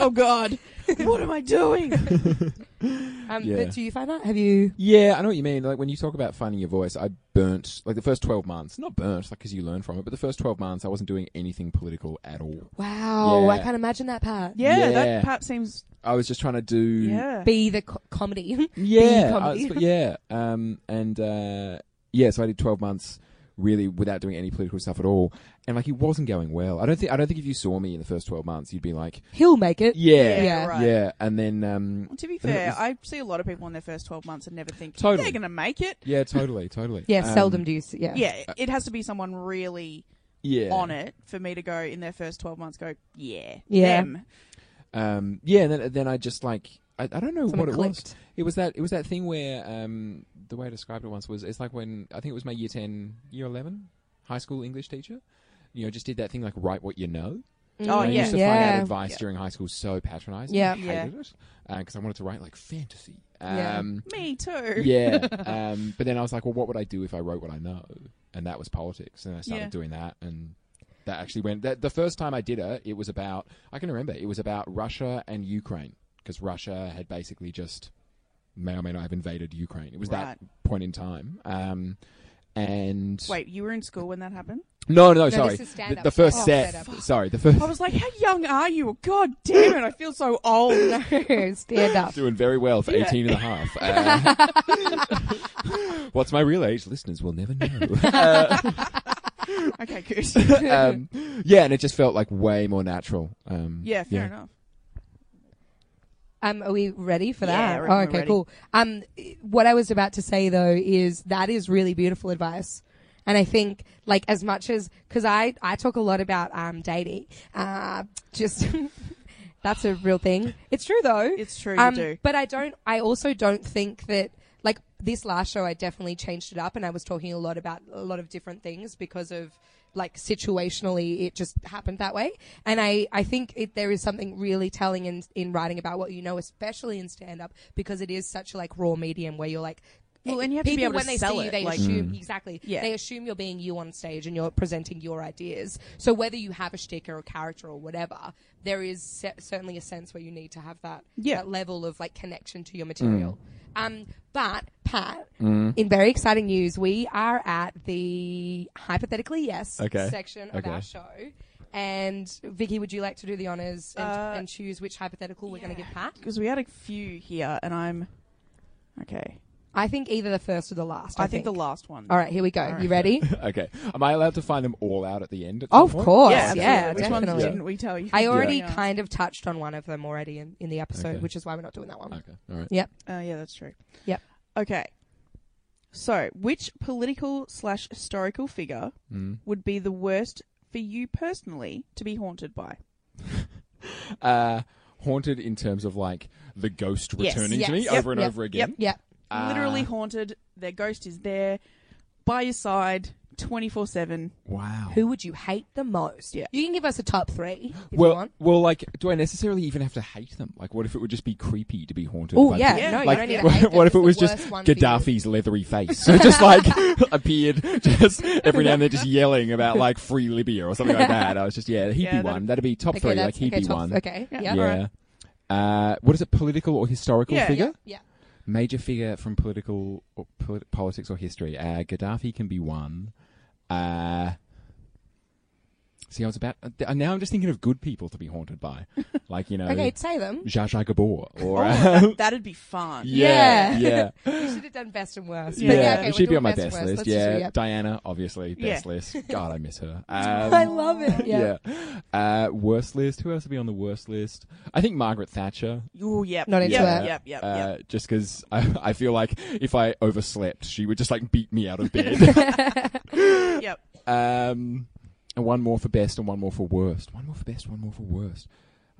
Speaker 1: oh god, what am I doing?
Speaker 2: Um,
Speaker 3: Yeah.
Speaker 2: But do you find that? Have you?
Speaker 3: Yeah, I know what you mean. Like when you talk about finding your voice, I burnt like the first twelve months. Not burnt, like because you learn from it, but the first twelve months, I wasn't doing anything political at all.
Speaker 2: Wow, I
Speaker 3: Yeah.
Speaker 2: can't imagine that part.
Speaker 1: Yeah,
Speaker 3: Yeah. Mm.
Speaker 1: that part seems
Speaker 3: I was just trying to do.
Speaker 1: yeah.
Speaker 2: Be the co- comedy.
Speaker 3: Yeah,
Speaker 2: Be
Speaker 3: I
Speaker 2: comedy.
Speaker 3: was- yeah, um, and uh, yeah. So I did twelve months really without doing any political stuff at all, and like it wasn't going well. I don't think I don't think if you saw me in the first twelve months, you'd be like,
Speaker 2: He'll make it.
Speaker 3: yeah,
Speaker 2: Uh, Yeah,
Speaker 1: right.
Speaker 3: yeah. And then um,
Speaker 1: Well, to be
Speaker 3: And it
Speaker 1: fair,
Speaker 3: was-
Speaker 1: I see a lot of people in their first 12 months and never think
Speaker 3: Totally.
Speaker 1: they're going to make it.
Speaker 3: yeah, totally, totally.
Speaker 2: Yeah,
Speaker 3: Um,
Speaker 2: seldom do you. See, yeah.
Speaker 1: Yeah, it has to be someone really
Speaker 3: Uh, Yeah,
Speaker 1: on it for me to go in their first 12 months go, yeah,
Speaker 2: Yeah.
Speaker 1: them.
Speaker 3: Um, yeah, and then, then I just like I, I don't know
Speaker 2: Something
Speaker 3: what it
Speaker 2: clicked.
Speaker 3: was. It was that it was that thing where um, the way I described it once was it's like when I think it was my year ten, year eleven, high school English teacher. You know, just did that thing like write what you know.
Speaker 1: Oh,
Speaker 3: I
Speaker 1: yeah.
Speaker 3: used to find
Speaker 2: Yeah.
Speaker 3: out advice
Speaker 1: Yeah.
Speaker 3: during high school so patronizing.
Speaker 2: Yeah.
Speaker 3: I hated it because I wanted to write like fantasy.
Speaker 2: Yeah.
Speaker 3: Um,
Speaker 1: Me too.
Speaker 3: yeah. Um, but then I was like, well, what would I do if I wrote what I know? And that was politics. And I started
Speaker 1: Yeah.
Speaker 3: doing that and. That actually went. That, the first time I did it, it was about. I can remember. It was about Russia and Ukraine because Russia had basically just may or may not have invaded Ukraine. It was that point in time. Um, and
Speaker 1: Wait, you were in school when that happened?
Speaker 3: no, no,
Speaker 2: this
Speaker 3: sorry.
Speaker 2: is
Speaker 3: The,
Speaker 2: stand-up.
Speaker 3: the first
Speaker 2: Oh,
Speaker 3: set.
Speaker 2: stand-up.
Speaker 3: Sorry, the first.
Speaker 1: I was like, how young are you? God damn it, I feel so old.
Speaker 2: Stand up.
Speaker 3: doing very well for 18 and a half. Uh, what's my real age? Listeners will never know.
Speaker 1: okay, good.
Speaker 3: um, yeah, and it just felt like way more natural. Um,
Speaker 1: Yeah, fair enough.
Speaker 2: Um, are we ready for
Speaker 1: Yeah, I
Speaker 2: that?
Speaker 1: reckon we're
Speaker 2: okay,
Speaker 1: ready.
Speaker 2: cool. Um, what I was about to say though is that is really beautiful advice. And I think, like, as much as, cause I, I talk a lot about, um, dating, uh, just, that's a real thing. It's true though.
Speaker 1: It's true, you
Speaker 2: Um,
Speaker 1: do.
Speaker 2: But I don't, I also don't think that, like, this last show I definitely changed it up and I was talking a lot about a lot of different things because of, like, situationally it just happened that way. And I, I think it, there is something really telling in, in writing about what you know, especially in stand up, because it is such a, like, raw medium where you're like,
Speaker 1: Well, and you have to be
Speaker 2: people,
Speaker 1: able to
Speaker 2: when they
Speaker 1: sell
Speaker 2: see you,
Speaker 1: it,
Speaker 2: they
Speaker 1: like-
Speaker 2: assume exactly.
Speaker 1: Yeah.
Speaker 2: They assume you're being you on stage and you're presenting your ideas. So whether you have a shtick or a character or whatever, there is se- certainly a sense where you need to have that,
Speaker 1: Yeah.
Speaker 2: that level of like connection to your material. Um, but Pat, in very exciting news, we are at the hypothetically yes
Speaker 3: Okay.
Speaker 2: section of our
Speaker 3: Okay.
Speaker 2: show. And Vicky, would you like to do the honors and,
Speaker 1: Uh,
Speaker 2: and choose which hypothetical we're going to give Pat?
Speaker 1: Because we had a few here, and I'm. Okay.
Speaker 2: I think either the first or the last. I,
Speaker 1: I think the last one.
Speaker 2: All right, here we go.
Speaker 1: All right.
Speaker 2: You ready?
Speaker 3: okay. Am I allowed to find them all out at the end? At some
Speaker 2: of
Speaker 3: point?
Speaker 2: course.
Speaker 1: Yeah,
Speaker 2: Yeah,
Speaker 1: absolutely. Which
Speaker 2: definitely.
Speaker 1: ones didn't we tell you?
Speaker 2: I already
Speaker 1: yeah.
Speaker 2: kind of touched on one of them already in, in the episode,
Speaker 3: Okay.
Speaker 2: which is why we're not doing that one.
Speaker 3: Okay. All right.
Speaker 2: Yep.
Speaker 1: Oh, yeah, that's true.
Speaker 2: Yep.
Speaker 1: Okay. So, which political slash historical figure
Speaker 3: Mm.
Speaker 1: would be the worst for you personally to be haunted by?
Speaker 3: Uh, haunted in terms of like the ghost
Speaker 1: Yes,
Speaker 3: returning to me
Speaker 2: yes.
Speaker 3: over
Speaker 2: Yep,
Speaker 3: and
Speaker 2: yep,
Speaker 3: over again.
Speaker 2: Yep.
Speaker 3: Uh,
Speaker 1: Literally haunted. Their ghost is there by your side 24 7.
Speaker 3: Wow.
Speaker 2: Who would you hate the most?
Speaker 1: Yeah.
Speaker 2: You can give us a top three if you
Speaker 3: well,
Speaker 2: want.
Speaker 3: well, like, do I necessarily even have to hate them? Like, what if it would just be creepy to be haunted?
Speaker 2: Oh
Speaker 3: by
Speaker 2: yeah,
Speaker 3: people?
Speaker 1: Yeah.
Speaker 2: no, you
Speaker 3: Like,
Speaker 2: don't even
Speaker 3: what,
Speaker 2: hate them.
Speaker 3: what
Speaker 2: It's
Speaker 3: if it
Speaker 2: the
Speaker 3: was just
Speaker 2: worst one for you.
Speaker 3: Gaddafi's leathery face? So just like appeared just every now and then, just yelling about like free Libya or something like that. I was just yeah, he'd
Speaker 1: Yeah,
Speaker 3: be
Speaker 1: that'd-
Speaker 3: one. That'd be top
Speaker 2: Okay,
Speaker 3: three. Like
Speaker 2: that's-
Speaker 3: he'd
Speaker 2: okay,
Speaker 3: be
Speaker 2: top-
Speaker 3: one.
Speaker 2: Okay, yeah,
Speaker 3: Yeah.
Speaker 2: all right.
Speaker 3: Uh, what is it? Political or historical
Speaker 1: Yeah,
Speaker 3: figure?
Speaker 2: yeah.
Speaker 3: Major figure from political or polit- politics or history. Uh, Gaddafi can be one. Uh, see, I was about. Uh, now I'm just thinking of good people to be haunted by, like you know,
Speaker 2: Okay, say them.
Speaker 3: Zsa Zsa Gabor or. uh,
Speaker 1: Oh, that'd be fun.
Speaker 3: yeah, yeah,
Speaker 2: You should have done best and worst.
Speaker 3: yeah.
Speaker 2: But yeah, okay, we're
Speaker 3: She'd be
Speaker 2: doing
Speaker 3: on my
Speaker 2: best and
Speaker 3: best
Speaker 2: worst.
Speaker 3: list.
Speaker 2: Let's just
Speaker 3: yeah,
Speaker 2: do- yep.
Speaker 3: Diana, obviously, best
Speaker 1: Yeah.
Speaker 3: list. God, I miss her.
Speaker 2: I
Speaker 3: Um,
Speaker 2: love it. Yeah.
Speaker 3: yeah. Uh, worst list. Who else would be on the worst list? I think Margaret Thatcher.
Speaker 1: Ooh, yep.
Speaker 2: Not into
Speaker 1: yep,
Speaker 2: it.
Speaker 1: Yep, yep,
Speaker 3: uh,
Speaker 1: yep.
Speaker 3: Just because I, I feel like if I overslept, she would just like beat me out of bed.
Speaker 1: yep.
Speaker 3: um, and one more for best and one more for worst. One more for best, one more for worst.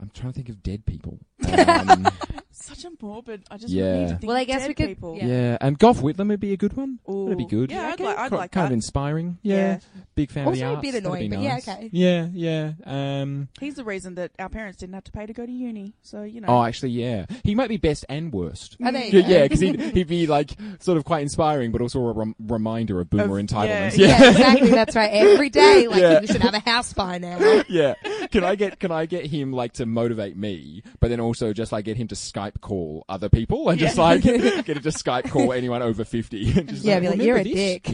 Speaker 3: I'm trying to think of dead people. Um,
Speaker 1: Such a morbid. I just
Speaker 3: Yeah.
Speaker 1: need to think
Speaker 2: Well, I
Speaker 1: of
Speaker 2: guess
Speaker 1: dead
Speaker 2: we could-
Speaker 1: people.
Speaker 3: yeah. and Golf Whitlam would be a good one. That'd be
Speaker 1: Ooh.
Speaker 3: good.
Speaker 1: Yeah, I'd
Speaker 3: Okay.
Speaker 1: like- I'd
Speaker 3: Qui-
Speaker 1: like
Speaker 3: Kind of
Speaker 1: that.
Speaker 3: inspiring. Yeah. Big fan
Speaker 2: Also a
Speaker 3: of the arts.
Speaker 2: bit
Speaker 3: That'd
Speaker 2: annoying,
Speaker 3: be
Speaker 2: but yeah,
Speaker 3: nice.
Speaker 2: okay.
Speaker 3: Yeah, yeah. Um,
Speaker 1: He's the reason that our parents didn't have to pay to go to uni. So, you know.
Speaker 3: Oh, actually, yeah. He might be best and worst.
Speaker 2: Oh, there you
Speaker 3: Yeah,
Speaker 2: go.
Speaker 3: yeah, because he'd, he'd be like sort of quite inspiring, but also a rem- reminder of boomer
Speaker 1: Of-
Speaker 3: entitlements.
Speaker 1: yeah,
Speaker 3: Yeah,
Speaker 2: Yeah, exactly. That's right. Every day, like
Speaker 3: Yeah.
Speaker 2: you should have a house by now.
Speaker 3: yeah. Can I get can I get him like to motivate me, but then also just like get him to Skype call other people and just like get him to Skype call anyone over fifty. And just
Speaker 2: Yeah, be like,
Speaker 3: "Remember
Speaker 2: "You're a
Speaker 3: this?"
Speaker 2: dick.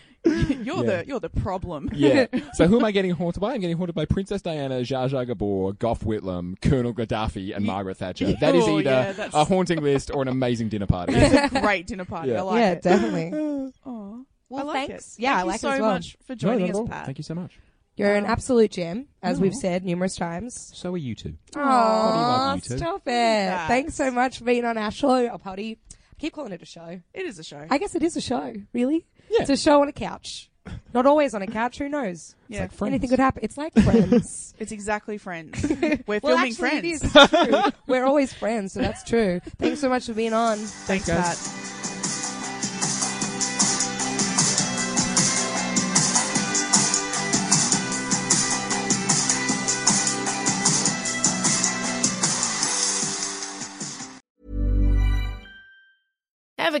Speaker 3: Yeah.
Speaker 1: you're
Speaker 3: Yeah.
Speaker 1: the you're the problem.
Speaker 3: Yeah. So who am I getting haunted by? I'm getting haunted by Princess Diana, Zsa Zsa Gabor, Gough Whitlam, Colonel Gaddafi, and Margaret Thatcher. That is
Speaker 1: Oh,
Speaker 3: either
Speaker 1: yeah, that's-
Speaker 3: a haunting list or an amazing dinner party.
Speaker 1: It's a great dinner party.
Speaker 3: Yeah.
Speaker 1: I like
Speaker 2: yeah,
Speaker 1: it.
Speaker 2: definitely.
Speaker 1: Aw.
Speaker 2: Well,
Speaker 1: I like
Speaker 2: thanks.
Speaker 1: it.
Speaker 2: Yeah,
Speaker 1: Thank
Speaker 2: I
Speaker 1: you
Speaker 2: like it
Speaker 1: so
Speaker 2: as well.
Speaker 1: much Um, for
Speaker 3: No, not
Speaker 1: joining
Speaker 3: at all.
Speaker 1: us, Pat.
Speaker 3: Thank you so much.
Speaker 2: You're an absolute gem, as we've
Speaker 3: Aw.
Speaker 2: said numerous times.
Speaker 3: So are you two. Potty
Speaker 2: Aw,
Speaker 3: love you two.
Speaker 2: stop it!
Speaker 1: Thanks.
Speaker 2: Thanks so much for being on our show, oh, Potty. I keep calling it a show.
Speaker 1: It is a show.
Speaker 2: I guess it is a show, really.
Speaker 3: Yeah.
Speaker 2: It's a show on a couch. Not always on a couch. Who knows?
Speaker 1: yeah.
Speaker 3: Like friends.
Speaker 2: Anything could happen. It's like friends.
Speaker 1: It's exactly friends. We're
Speaker 2: well,
Speaker 1: filming
Speaker 2: actually,
Speaker 1: friends.
Speaker 2: it is. It's true. We're always friends, so that's true. Thanks so much for being on.
Speaker 1: Thanks, Pat.
Speaker 6: Ever